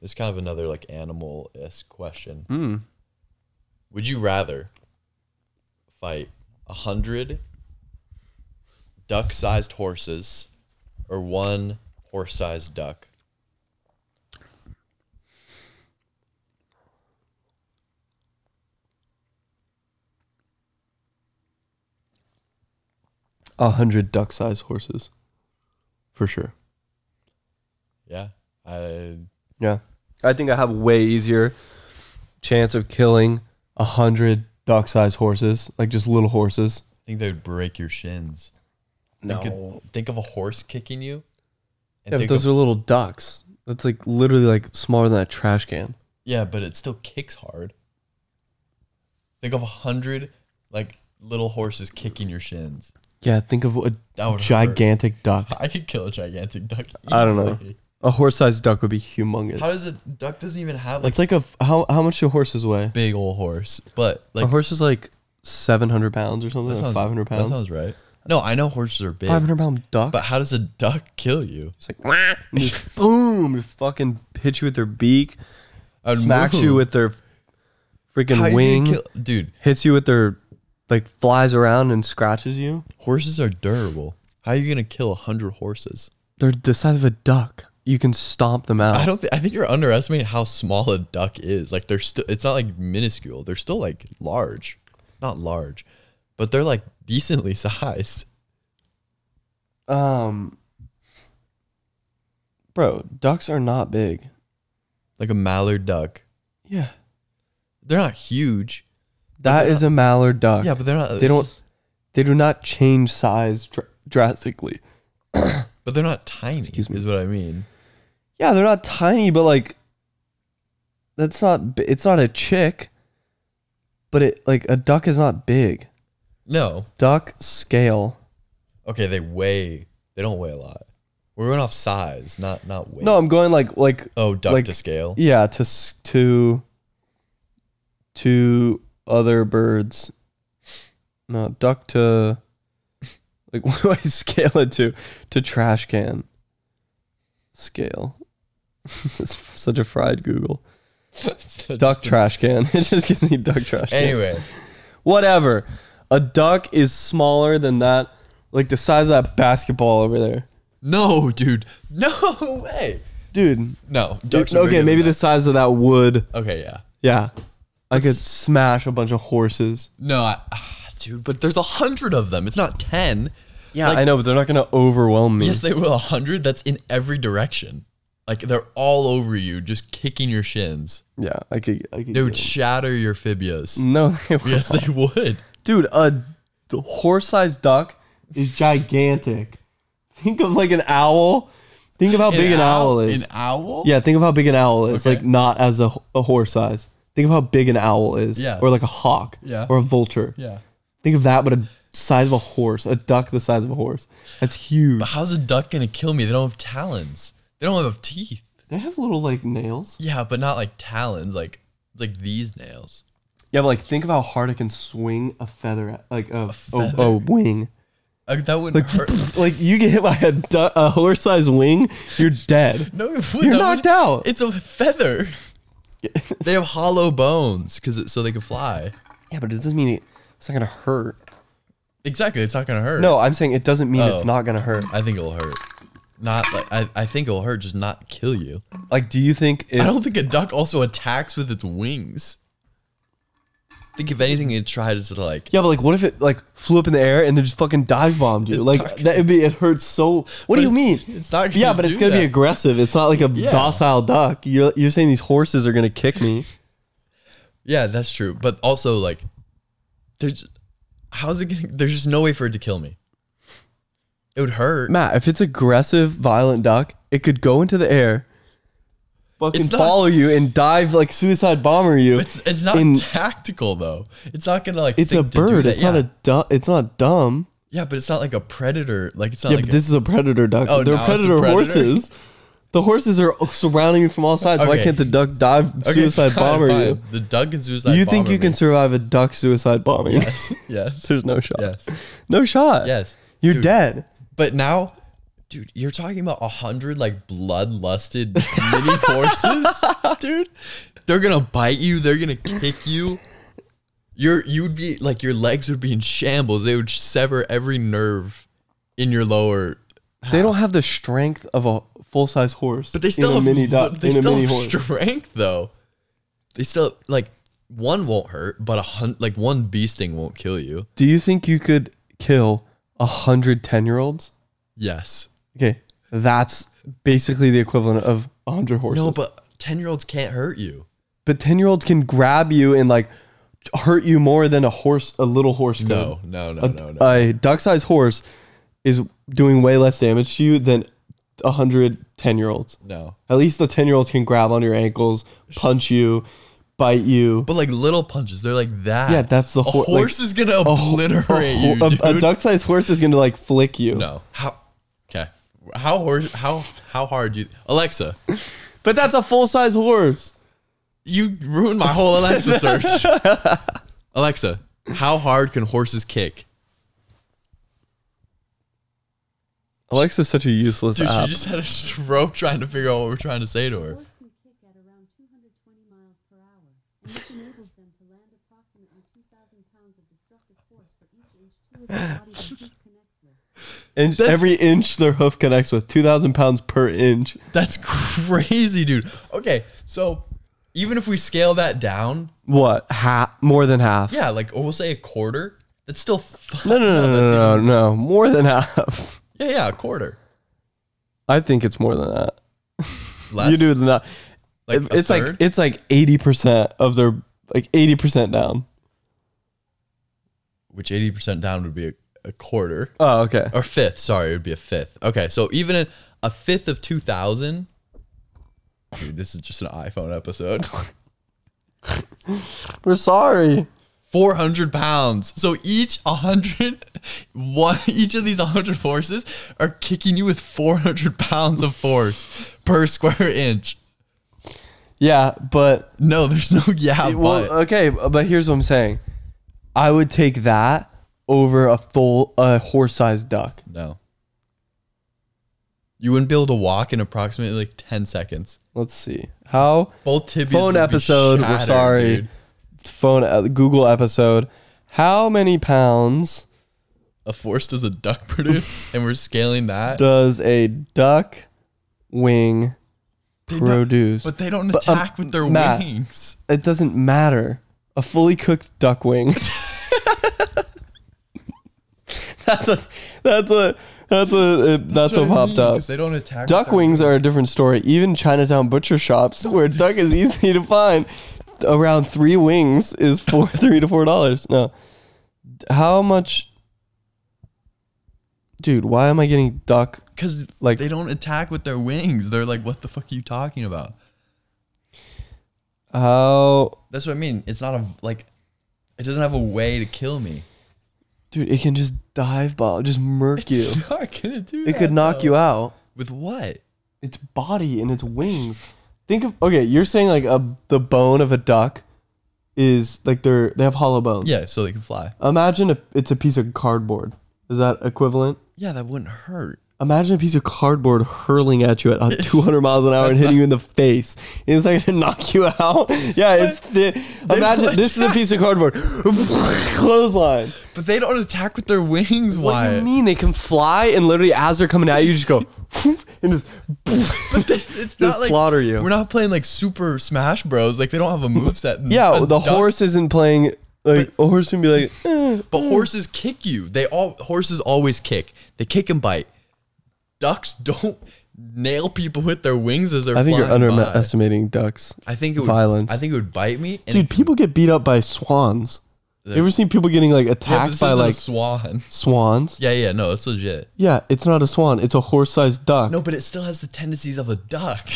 [SPEAKER 3] it's kind of another like animal esque question?
[SPEAKER 4] Mm.
[SPEAKER 3] Would you rather fight a hundred duck sized horses or one horse sized duck?
[SPEAKER 4] A hundred duck-sized horses, for sure.
[SPEAKER 3] Yeah. I
[SPEAKER 4] Yeah. I think I have way easier chance of killing a hundred duck sized horses, like just little horses.
[SPEAKER 3] think they would break your shins. No. Think of, think of a horse kicking you.
[SPEAKER 4] Yeah,
[SPEAKER 3] And
[SPEAKER 4] but
[SPEAKER 3] think
[SPEAKER 4] those
[SPEAKER 3] of-
[SPEAKER 4] are little ducks. That's like literally like smaller than a trash can.
[SPEAKER 3] yeah, but it still kicks hard. Think of a hundred like little horses kicking your shins. (laughs)
[SPEAKER 4] Yeah, think of a
[SPEAKER 3] That would hurt.
[SPEAKER 4] gigantic duck.
[SPEAKER 3] I could kill a gigantic duck.
[SPEAKER 4] I don't know.
[SPEAKER 3] easily.
[SPEAKER 4] A horse sized duck would be humongous.
[SPEAKER 3] How does it? Duck doesn't even have like
[SPEAKER 4] it's like a f- how how much do horses weigh?
[SPEAKER 3] big old horse, but like
[SPEAKER 4] a horse is like seven hundred pounds or
[SPEAKER 3] that
[SPEAKER 4] something,
[SPEAKER 3] sounds-
[SPEAKER 4] five hundred
[SPEAKER 3] That
[SPEAKER 4] pounds.
[SPEAKER 3] sounds right. No, I know horses are big,
[SPEAKER 4] Five hundred pound duck.
[SPEAKER 3] but how does a duck kill you?
[SPEAKER 4] it's like "Wah," and just boom, just fucking hit you with their beak,
[SPEAKER 3] I'd
[SPEAKER 4] smacks
[SPEAKER 3] move.
[SPEAKER 4] you with their freaking
[SPEAKER 3] How you gonna
[SPEAKER 4] wing.
[SPEAKER 3] kill- dude.
[SPEAKER 4] hits you with their like flies around and scratches you.
[SPEAKER 3] Horses are durable. How are you gonna kill a hundred horses?
[SPEAKER 4] They're the size of a duck. You can stomp them out.
[SPEAKER 3] I don't. Th- I think you're underestimating how small a duck is. Like they're still. It's not like minuscule. They're still like large, not large, but they're like decently (laughs) sized.
[SPEAKER 4] um Bro, ducks are not big.
[SPEAKER 3] Like a mallard duck.
[SPEAKER 4] Yeah.
[SPEAKER 3] They're not huge.
[SPEAKER 4] That is a mallard duck.
[SPEAKER 3] Yeah, but they're not.
[SPEAKER 4] they don't they do not change size dr- drastically.
[SPEAKER 3] But they're not tiny.
[SPEAKER 4] Excuse me.
[SPEAKER 3] Is what I mean.
[SPEAKER 4] Yeah, they're not tiny, but like that's not bi- it's not a chick. But it like a duck is not big.
[SPEAKER 3] No.
[SPEAKER 4] Duck scale.
[SPEAKER 3] Okay, they weigh. They don't weigh a lot. We're going off size, not not weight.
[SPEAKER 4] No, I'm going like like
[SPEAKER 3] Oh, duck
[SPEAKER 4] like- (laughs)
[SPEAKER 3] to scale. (laughs)
[SPEAKER 4] Yeah, to s- to to other birds. No, duck to like (laughs) what do I scale it to? To trash can. Scale. (laughs) That's such a fried Google.
[SPEAKER 3] It's not
[SPEAKER 4] Duck
[SPEAKER 3] just a-
[SPEAKER 4] trash can. (laughs) It just gives me duck trash. cans.
[SPEAKER 3] Anyway,
[SPEAKER 4] whatever. A duck is smaller than that, like the size of that basketball over there,
[SPEAKER 3] no, dude, no (laughs) way.
[SPEAKER 4] dude.
[SPEAKER 3] No, ducks. are bigger
[SPEAKER 4] okay,
[SPEAKER 3] than
[SPEAKER 4] maybe
[SPEAKER 3] that.
[SPEAKER 4] the size of that wood.
[SPEAKER 3] Okay, yeah.
[SPEAKER 4] Yeah, I could smash a bunch of horses.
[SPEAKER 3] No, I, ah, dude, but there's a hundred of them. It's not ten.
[SPEAKER 4] Yeah, I know, but they're not gonna overwhelm me.
[SPEAKER 3] Yes, they will. A hundred. That's in every direction. Like they're all over you, just kicking your shins.
[SPEAKER 4] yeah, I could. I could
[SPEAKER 3] They
[SPEAKER 4] get
[SPEAKER 3] would shatter your fibias.
[SPEAKER 4] them. no, (laughs) they won't.
[SPEAKER 3] Yes, they (laughs) would.
[SPEAKER 4] dude, a d- horse-sized duck is gigantic. Think of like an owl. Think of how big an owl, is.
[SPEAKER 3] An owl.
[SPEAKER 4] yeah, think of how big an owl is.
[SPEAKER 3] Okay.
[SPEAKER 4] Like not as a, h- a horse size. Think of how big an owl is.
[SPEAKER 3] Yeah.
[SPEAKER 4] Or like a hawk.
[SPEAKER 3] Yeah.
[SPEAKER 4] Or a vulture.
[SPEAKER 3] Yeah.
[SPEAKER 4] Think of that, but a size of a horse. A duck the size of a horse. That's huge.
[SPEAKER 3] But how's a duck gonna kill me? They don't have talons. They don't have teeth.
[SPEAKER 4] They have little like nails.
[SPEAKER 3] Yeah, but not like talons, like like these nails.
[SPEAKER 4] Yeah, but like think of how hard it can swing a feather, at, like a, a, a wing.
[SPEAKER 3] Uh, that wouldn't
[SPEAKER 4] Like, (laughs)
[SPEAKER 3] hurt.
[SPEAKER 4] like you get hit by a, du- a horse-sized wing, you're dead.
[SPEAKER 3] No, it
[SPEAKER 4] You're
[SPEAKER 3] wouldn't.
[SPEAKER 4] knocked out.
[SPEAKER 3] It's a feather. they have hollow bones because so they can fly.
[SPEAKER 4] (laughs) Yeah, but it doesn't mean it, it's not gonna hurt.
[SPEAKER 3] Exactly, it's not gonna hurt.
[SPEAKER 4] No, I'm saying it doesn't mean
[SPEAKER 3] Oh.
[SPEAKER 4] it's not gonna hurt.
[SPEAKER 3] I think it'll hurt. Not like I, I think it'll hurt, just not kill you.
[SPEAKER 4] Like, do you think if
[SPEAKER 3] I don't think a duck also attacks with its wings. I think if anything, it tries to like.
[SPEAKER 4] Yeah, but like, what if it like flew up in the air and then just fucking dive bombed you? Like that would be it hurts so. What do you
[SPEAKER 3] it's-
[SPEAKER 4] mean?
[SPEAKER 3] it's not gonna
[SPEAKER 4] Yeah, but it's
[SPEAKER 3] do
[SPEAKER 4] gonna be
[SPEAKER 3] that.
[SPEAKER 4] aggressive. It's not like a docile duck. You're you're saying these horses are gonna kick me?
[SPEAKER 3] Yeah, that's true. But also like, there's how's it gonna? There's just no way for it to kill me. It would hurt.
[SPEAKER 4] Matt, if it's aggressive, violent duck, it could go into the air, fucking
[SPEAKER 3] It's not-
[SPEAKER 4] follow you and dive like suicide bomber you.
[SPEAKER 3] It's it's not
[SPEAKER 4] In-
[SPEAKER 3] tactical though. It's not gonna like.
[SPEAKER 4] It's a
[SPEAKER 3] think to do
[SPEAKER 4] bird.
[SPEAKER 3] that.
[SPEAKER 4] It's
[SPEAKER 3] yeah.
[SPEAKER 4] not a du- It's not dumb.
[SPEAKER 3] Yeah, but it's not like a predator. Like it's not
[SPEAKER 4] Yeah,
[SPEAKER 3] like
[SPEAKER 4] but this is a predator duck.
[SPEAKER 3] Oh,
[SPEAKER 4] They're
[SPEAKER 3] now it's a
[SPEAKER 4] predator,
[SPEAKER 3] predator?
[SPEAKER 4] horses. The horses are surrounding you from all sides. Why
[SPEAKER 3] Okay.
[SPEAKER 4] can't the duck dive
[SPEAKER 3] a (laughs)
[SPEAKER 4] suicide bomber you?
[SPEAKER 3] The duck and suicide.
[SPEAKER 4] you think
[SPEAKER 3] bomber
[SPEAKER 4] you can
[SPEAKER 3] me.
[SPEAKER 4] survive a duck suicide bombing?
[SPEAKER 3] Yes. (laughs) Yes.
[SPEAKER 4] (laughs) There's no shot.
[SPEAKER 3] yes.
[SPEAKER 4] No shot.
[SPEAKER 3] Yes.
[SPEAKER 4] You're
[SPEAKER 3] Dude,
[SPEAKER 4] dead.
[SPEAKER 3] But now, dude, you're talking about a hundred like bloodlusted mini (laughs) horses, dude. They're gonna bite you. They're gonna kick you. Your you would be like your legs would be in shambles. They would sever every nerve in your lower.
[SPEAKER 4] They don't have the strength of a full size horse.
[SPEAKER 3] But they still
[SPEAKER 4] in a
[SPEAKER 3] have
[SPEAKER 4] mini duck.
[SPEAKER 3] They
[SPEAKER 4] in a
[SPEAKER 3] still
[SPEAKER 4] mini
[SPEAKER 3] have
[SPEAKER 4] horse.
[SPEAKER 3] strength though. They still like one won't hurt, but a hun- like one bee sting won't kill you.
[SPEAKER 4] Do you think you could kill a hundred ten year olds?
[SPEAKER 3] Yes.
[SPEAKER 4] Okay, that's basically the equivalent of a hundred horses.
[SPEAKER 3] No, but ten year olds can't hurt you.
[SPEAKER 4] but ten year olds can grab you and like hurt you more than a horse, a little horse.
[SPEAKER 3] No, no, no,
[SPEAKER 4] could.
[SPEAKER 3] no, no.
[SPEAKER 4] a duck sized horse is doing way less damage to you than a hundred ten year olds.
[SPEAKER 3] no.
[SPEAKER 4] At least the 10 year olds can grab on your ankles, punch you, bite you.
[SPEAKER 3] But like little punches, they're like that.
[SPEAKER 4] Yeah, that's the
[SPEAKER 3] a
[SPEAKER 4] hor- like,
[SPEAKER 3] horse is gonna
[SPEAKER 4] ho-
[SPEAKER 3] obliterate
[SPEAKER 4] ho-
[SPEAKER 3] you, dude.
[SPEAKER 4] a, duck sized horse is going to like flick you.
[SPEAKER 3] No, how? Okay, how horse? How how hard do you? Alexa,
[SPEAKER 4] But that's a full size horse.
[SPEAKER 3] you ruined my whole Alexa
[SPEAKER 4] (laughs)
[SPEAKER 3] search. Alexa, how hard can horses kick?
[SPEAKER 4] Alexa's such a useless
[SPEAKER 3] Dude,
[SPEAKER 4] app.
[SPEAKER 3] she just had a stroke trying to figure out what we're trying to say to her.
[SPEAKER 6] Horse can kick at around 220 miles per hour, and this enables them to land approximately 2,000 pounds of destructive force for each inch two of their body the hoof connects with.
[SPEAKER 4] Inch-
[SPEAKER 3] that's-
[SPEAKER 4] every inch their hoof connects with, 2,000 pounds per inch.
[SPEAKER 3] That's crazy, dude. Okay, so even if we scale that down,
[SPEAKER 4] What? Half? More than half?
[SPEAKER 3] yeah, like or we'll say a quarter. That's still fu-
[SPEAKER 4] No, no, no, no,
[SPEAKER 3] that's
[SPEAKER 4] no, no,
[SPEAKER 3] even-
[SPEAKER 4] no. More than half. (laughs)
[SPEAKER 3] Yeah, yeah, a quarter.
[SPEAKER 4] I think it's more than that.
[SPEAKER 3] Less,
[SPEAKER 4] you do the not.
[SPEAKER 3] like a
[SPEAKER 4] it's like
[SPEAKER 3] third?
[SPEAKER 4] it's like 80% of their like 80% down.
[SPEAKER 3] which 80% down would be a, a quarter
[SPEAKER 4] Oh, okay.
[SPEAKER 3] or fifth. Sorry, it would be a fifth. Okay, so even a, a fifth of 2,000. Dude, this is just an iPhone episode. (laughs)
[SPEAKER 4] We're sorry.
[SPEAKER 3] 400 pounds. So each 100, one, each of these 100 horses are kicking you with 400 pounds of force per square inch.
[SPEAKER 4] Yeah, but
[SPEAKER 3] No, there's no (laughs) yeah,
[SPEAKER 4] well,
[SPEAKER 3] but
[SPEAKER 4] okay, but here's what I'm saying. I would take that over a full a horse-sized duck.
[SPEAKER 3] no. You wouldn't be able to walk in approximately like 10 seconds.
[SPEAKER 4] Let's see how
[SPEAKER 3] Both tibias. would
[SPEAKER 4] phone
[SPEAKER 3] be
[SPEAKER 4] episode. we're
[SPEAKER 3] shattered,
[SPEAKER 4] sorry,
[SPEAKER 3] dude.
[SPEAKER 4] phone uh, Google episode. How many pounds
[SPEAKER 3] a force does a duck (laughs) produce, and we're scaling that.
[SPEAKER 4] does a duck wing
[SPEAKER 3] They don't-
[SPEAKER 4] produce?
[SPEAKER 3] but they don't
[SPEAKER 4] But, um,
[SPEAKER 3] attack with their
[SPEAKER 4] Matt.
[SPEAKER 3] wings.
[SPEAKER 4] it doesn't matter. A fully cooked duck
[SPEAKER 3] (laughs)
[SPEAKER 4] wing. (laughs) that's a that's a that's a that's, what,
[SPEAKER 3] I
[SPEAKER 4] popped
[SPEAKER 3] mean,
[SPEAKER 4] up.
[SPEAKER 3] 'cause They don't attack.
[SPEAKER 4] (laughs)
[SPEAKER 3] with
[SPEAKER 4] Duck
[SPEAKER 3] their
[SPEAKER 4] wings are a different story. Even Chinatown butcher shops, where duck is easy to find, around three wings is four, (laughs) three to four dollars. No, how much? Dude, why am I getting duck?
[SPEAKER 3] Because
[SPEAKER 4] like-
[SPEAKER 3] like they don't attack with their wings. They're like, what the fuck are you talking about?
[SPEAKER 4] How,
[SPEAKER 3] That's what I mean. It's not a like. It doesn't have a way to kill me.
[SPEAKER 4] dude? It can just dive ball, just murk you.
[SPEAKER 3] (laughs) It's not gonna do.
[SPEAKER 4] It could knock you out.
[SPEAKER 3] with what?
[SPEAKER 4] Its body and its wings. Think of okay. You're saying like a the bone of a duck
[SPEAKER 7] is like they're they have hollow bones.
[SPEAKER 3] Yeah, so they can fly.
[SPEAKER 7] Imagine a, it's a piece of cardboard. Is that equivalent?
[SPEAKER 3] Yeah, that wouldn't hurt.
[SPEAKER 7] Imagine a piece of cardboard hurling at you at
[SPEAKER 3] (laughs)
[SPEAKER 7] uh, 200 miles an hour and hitting you in the face. It's like to knock you out. Yeah, it's thi- imagine this is a piece of cardboard. (laughs) Clothesline.
[SPEAKER 3] But they don't attack with their wings.
[SPEAKER 4] What
[SPEAKER 3] Why?
[SPEAKER 4] do you mean they can fly and literally as they're coming at you, you
[SPEAKER 7] (laughs)
[SPEAKER 4] just go and just
[SPEAKER 3] It's
[SPEAKER 4] Just slaughter you.
[SPEAKER 3] We're not playing like Super Smash Bros. Like they don't
[SPEAKER 4] (laughs)
[SPEAKER 3] have a moveset. and
[SPEAKER 7] Yeah,
[SPEAKER 3] a
[SPEAKER 7] the
[SPEAKER 3] duck-
[SPEAKER 7] horse isn't playing. Like a horse can be like, eh.
[SPEAKER 3] But horses kick you. They all horses always kick. They kick and bite. Ducks (laughs) don't nail people with their wings as they're.
[SPEAKER 7] I think you're
[SPEAKER 3] flying by.
[SPEAKER 7] underestimating ducks.
[SPEAKER 3] I think it would,
[SPEAKER 7] violence.
[SPEAKER 3] I think it would bite me. And
[SPEAKER 7] Dude, people get beat up by swans. You ever seen people getting like
[SPEAKER 3] yeah, but
[SPEAKER 7] attacked
[SPEAKER 3] this
[SPEAKER 7] by
[SPEAKER 3] isn't
[SPEAKER 7] like
[SPEAKER 3] a swan.
[SPEAKER 7] swans?
[SPEAKER 3] Yeah, yeah, no, it's legit.
[SPEAKER 7] Yeah, it's not a swan. It's a horse-sized duck.
[SPEAKER 3] No, but it still has the tendencies of a duck.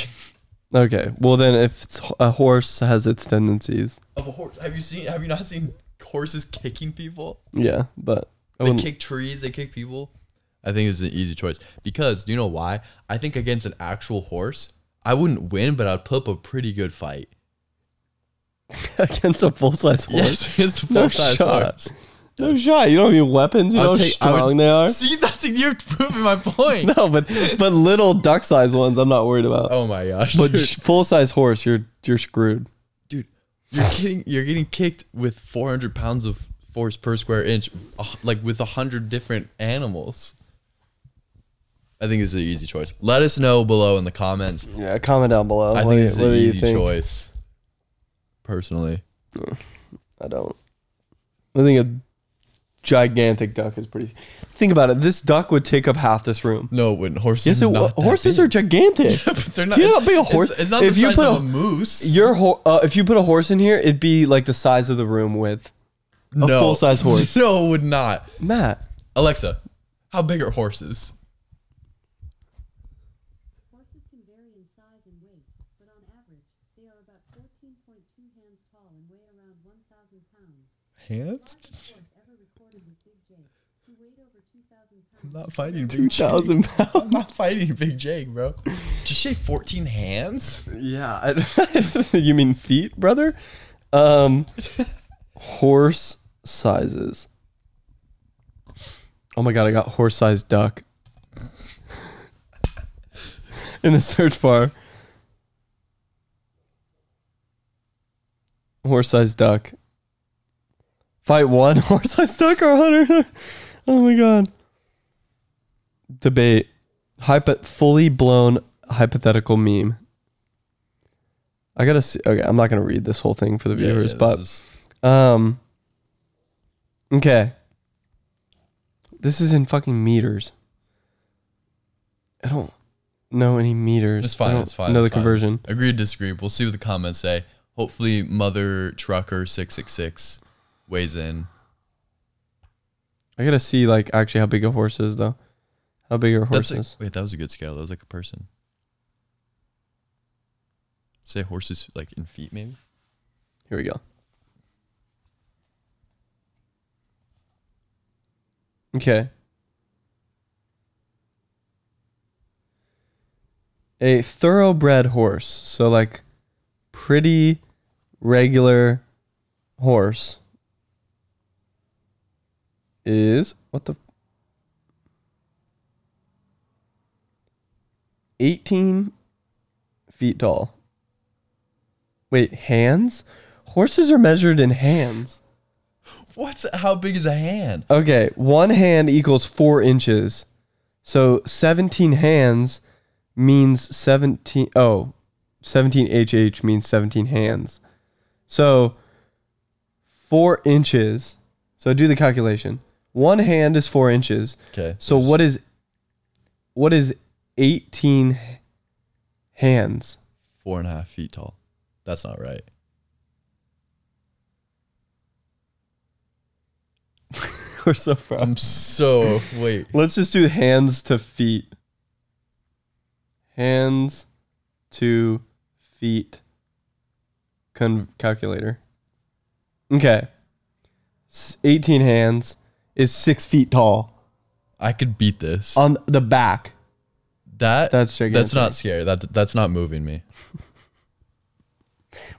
[SPEAKER 4] Okay. Well then if it's, a horse has its tendencies.
[SPEAKER 3] Of a horse. Have you seen? Have you not seen horses kicking people?
[SPEAKER 4] Yeah, but I
[SPEAKER 7] Oh,
[SPEAKER 3] They
[SPEAKER 4] wouldn't-
[SPEAKER 3] kick trees. They kick people. I think it's an easy choice because do you know why? I think against an actual horse, I wouldn't win, but I'd put up a pretty good fight.
[SPEAKER 4] (laughs) against a full size horse.
[SPEAKER 3] Yes, (laughs) it's a
[SPEAKER 4] No
[SPEAKER 3] full-size
[SPEAKER 4] shot.
[SPEAKER 3] horse.
[SPEAKER 7] No shot. You don't have any weapons. You
[SPEAKER 3] I'll
[SPEAKER 7] know
[SPEAKER 3] take- I
[SPEAKER 7] how
[SPEAKER 3] would-
[SPEAKER 7] strong they
[SPEAKER 4] (laughs)
[SPEAKER 7] are.
[SPEAKER 3] See, that's you're proving my point.
[SPEAKER 7] No, but but little duck-sized ones, I'm not worried about.
[SPEAKER 3] Oh my gosh,
[SPEAKER 4] But
[SPEAKER 3] dude,
[SPEAKER 4] sh- full-size horse, you're you're screwed.
[SPEAKER 3] dude, you're getting you're getting kicked with 400 pounds of force per square inch, uh, like with a hundred different animals. I think it's an easy choice. Let us know below in the comments.
[SPEAKER 4] Yeah, comment down below.
[SPEAKER 3] I think it's an easy choice. Personally,
[SPEAKER 4] I don't.
[SPEAKER 7] I think a gigantic duck is pretty.
[SPEAKER 4] Think about it. This duck would take up half this room.
[SPEAKER 3] no, it wouldn't. Horses.
[SPEAKER 7] Yes, it,
[SPEAKER 3] not that
[SPEAKER 7] horses
[SPEAKER 3] big.
[SPEAKER 7] are gigantic.
[SPEAKER 3] (laughs) But they're not.
[SPEAKER 7] Do you know how big a
[SPEAKER 3] it's-
[SPEAKER 7] horse-
[SPEAKER 3] It's, not
[SPEAKER 4] if
[SPEAKER 3] the
[SPEAKER 4] you
[SPEAKER 3] size
[SPEAKER 4] put
[SPEAKER 3] of
[SPEAKER 4] a-
[SPEAKER 3] a moose.
[SPEAKER 4] Your ho- uh, if you put a horse in here, it'd be like the size of the room with
[SPEAKER 3] no. (laughs)
[SPEAKER 7] full-size horse.
[SPEAKER 3] No, it would not.
[SPEAKER 4] Matt.
[SPEAKER 3] Alexa, how big are horses?
[SPEAKER 6] Horses can vary in size and weight, but on average, they are about 14.2 hands tall and weigh around 1,000 pounds.
[SPEAKER 3] Hands?
[SPEAKER 6] Largest horse ever recorded was Big Jake, who weighed over 2,000
[SPEAKER 3] I'm
[SPEAKER 6] pounds.
[SPEAKER 3] not fighting
[SPEAKER 7] Two
[SPEAKER 3] Big Jake.
[SPEAKER 7] thousand pounds.
[SPEAKER 3] I'm (laughs) not fighting Big Jake, bro. Did you say 14 hands?
[SPEAKER 4] Yeah. I- (laughs) you mean feet, brother? Um, horse sizes. Oh my god, I got horse-sized duck in the search bar. Horse-sized duck. Fight one (laughs) horse-sized duck or hundred. Oh my god. Debate. Hypo- fully blown hypothetical meme. I gotta see. Okay, I'm not gonna read this whole thing for the viewers, but um, okay. This is in fucking meters. I don't know any meters.
[SPEAKER 3] it's
[SPEAKER 4] I
[SPEAKER 3] fine.
[SPEAKER 4] don't
[SPEAKER 3] It's fine.
[SPEAKER 4] Know
[SPEAKER 3] it's
[SPEAKER 4] the
[SPEAKER 3] fine.
[SPEAKER 4] conversion.
[SPEAKER 3] Agree to disagree. We'll see what the comments say. Hopefully, Mother Trucker 666 weighs in.
[SPEAKER 4] I gotta see like actually how big a horse is though. How big are
[SPEAKER 3] That's
[SPEAKER 4] horses?
[SPEAKER 3] like- wait, that was a good scale. That was like a person. Say horses like in feet, maybe.
[SPEAKER 4] Here we go. Okay. A thoroughbred horse. So, like, pretty regular horse is what the 18 feet tall. Wait, hands? Horses are measured in hands.
[SPEAKER 3] What's how big is a hand?
[SPEAKER 4] Okay, one hand equals four inches. So 17 hands means 17. Oh, 17 HH means 17 hands. So four inches. So do the calculation. One hand is four inches.
[SPEAKER 3] Okay.
[SPEAKER 4] So what is what is 18 h- hands? (laughs)
[SPEAKER 3] Four and a half feet tall. That's not right.
[SPEAKER 4] We're so proud.
[SPEAKER 3] I'm so wait.
[SPEAKER 4] Let's just do hands to feet. Hands to feet con- calculator. Okay. S- 18 hands is six feet tall
[SPEAKER 3] I could beat this.
[SPEAKER 4] on the back.
[SPEAKER 3] That
[SPEAKER 4] Um, That's
[SPEAKER 3] That's
[SPEAKER 4] gigantic.
[SPEAKER 3] not scary. That that's not moving me.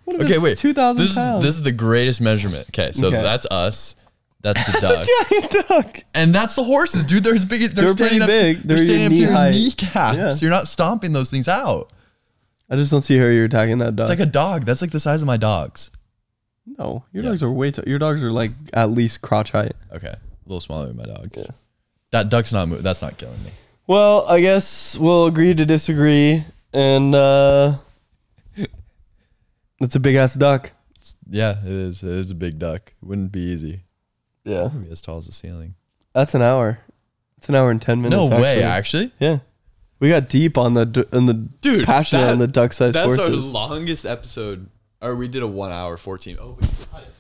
[SPEAKER 4] What if
[SPEAKER 3] Okay,
[SPEAKER 4] it's
[SPEAKER 3] wait.
[SPEAKER 4] 2,000
[SPEAKER 3] this is
[SPEAKER 4] pounds?
[SPEAKER 3] this is the greatest measurement. Okay, so
[SPEAKER 4] Okay.
[SPEAKER 3] that's us. That's
[SPEAKER 4] (laughs)
[SPEAKER 3] the duck.
[SPEAKER 4] giant duck.
[SPEAKER 3] And that's the horses, dude. They're as big. They're,
[SPEAKER 4] They're
[SPEAKER 3] standing
[SPEAKER 4] pretty
[SPEAKER 3] up.
[SPEAKER 4] big.
[SPEAKER 3] To,
[SPEAKER 4] They're
[SPEAKER 3] they're,
[SPEAKER 4] your
[SPEAKER 3] standing up to your
[SPEAKER 4] knee height.
[SPEAKER 3] kneecaps.
[SPEAKER 4] Yeah.
[SPEAKER 3] You're not stomping those things out.
[SPEAKER 4] I just don't see how you're attacking that dog.
[SPEAKER 3] It's like a dog. That's like the size of my dogs.
[SPEAKER 4] no, your
[SPEAKER 3] Yes.
[SPEAKER 4] dogs are way. T- your dogs are like at least crotch height.
[SPEAKER 3] Okay, a little smaller than my dogs. That duck's not moving. That's not killing me.
[SPEAKER 4] Well, I guess we'll agree to disagree, and uh, it's a big ass duck.
[SPEAKER 3] Yeah, it is. It is a big duck. Wouldn't be easy.
[SPEAKER 4] Yeah,
[SPEAKER 3] It'd be as tall as the ceiling.
[SPEAKER 4] that's an hour. It's an hour and ten minutes.
[SPEAKER 3] No way.
[SPEAKER 4] actually.
[SPEAKER 3] Actually,
[SPEAKER 4] Yeah, we got deep on the d- on the
[SPEAKER 3] Dude,
[SPEAKER 4] passionate
[SPEAKER 3] that-
[SPEAKER 4] on the duck sized horses.
[SPEAKER 3] longest episode. Or we did a one hour fourteen. Oh,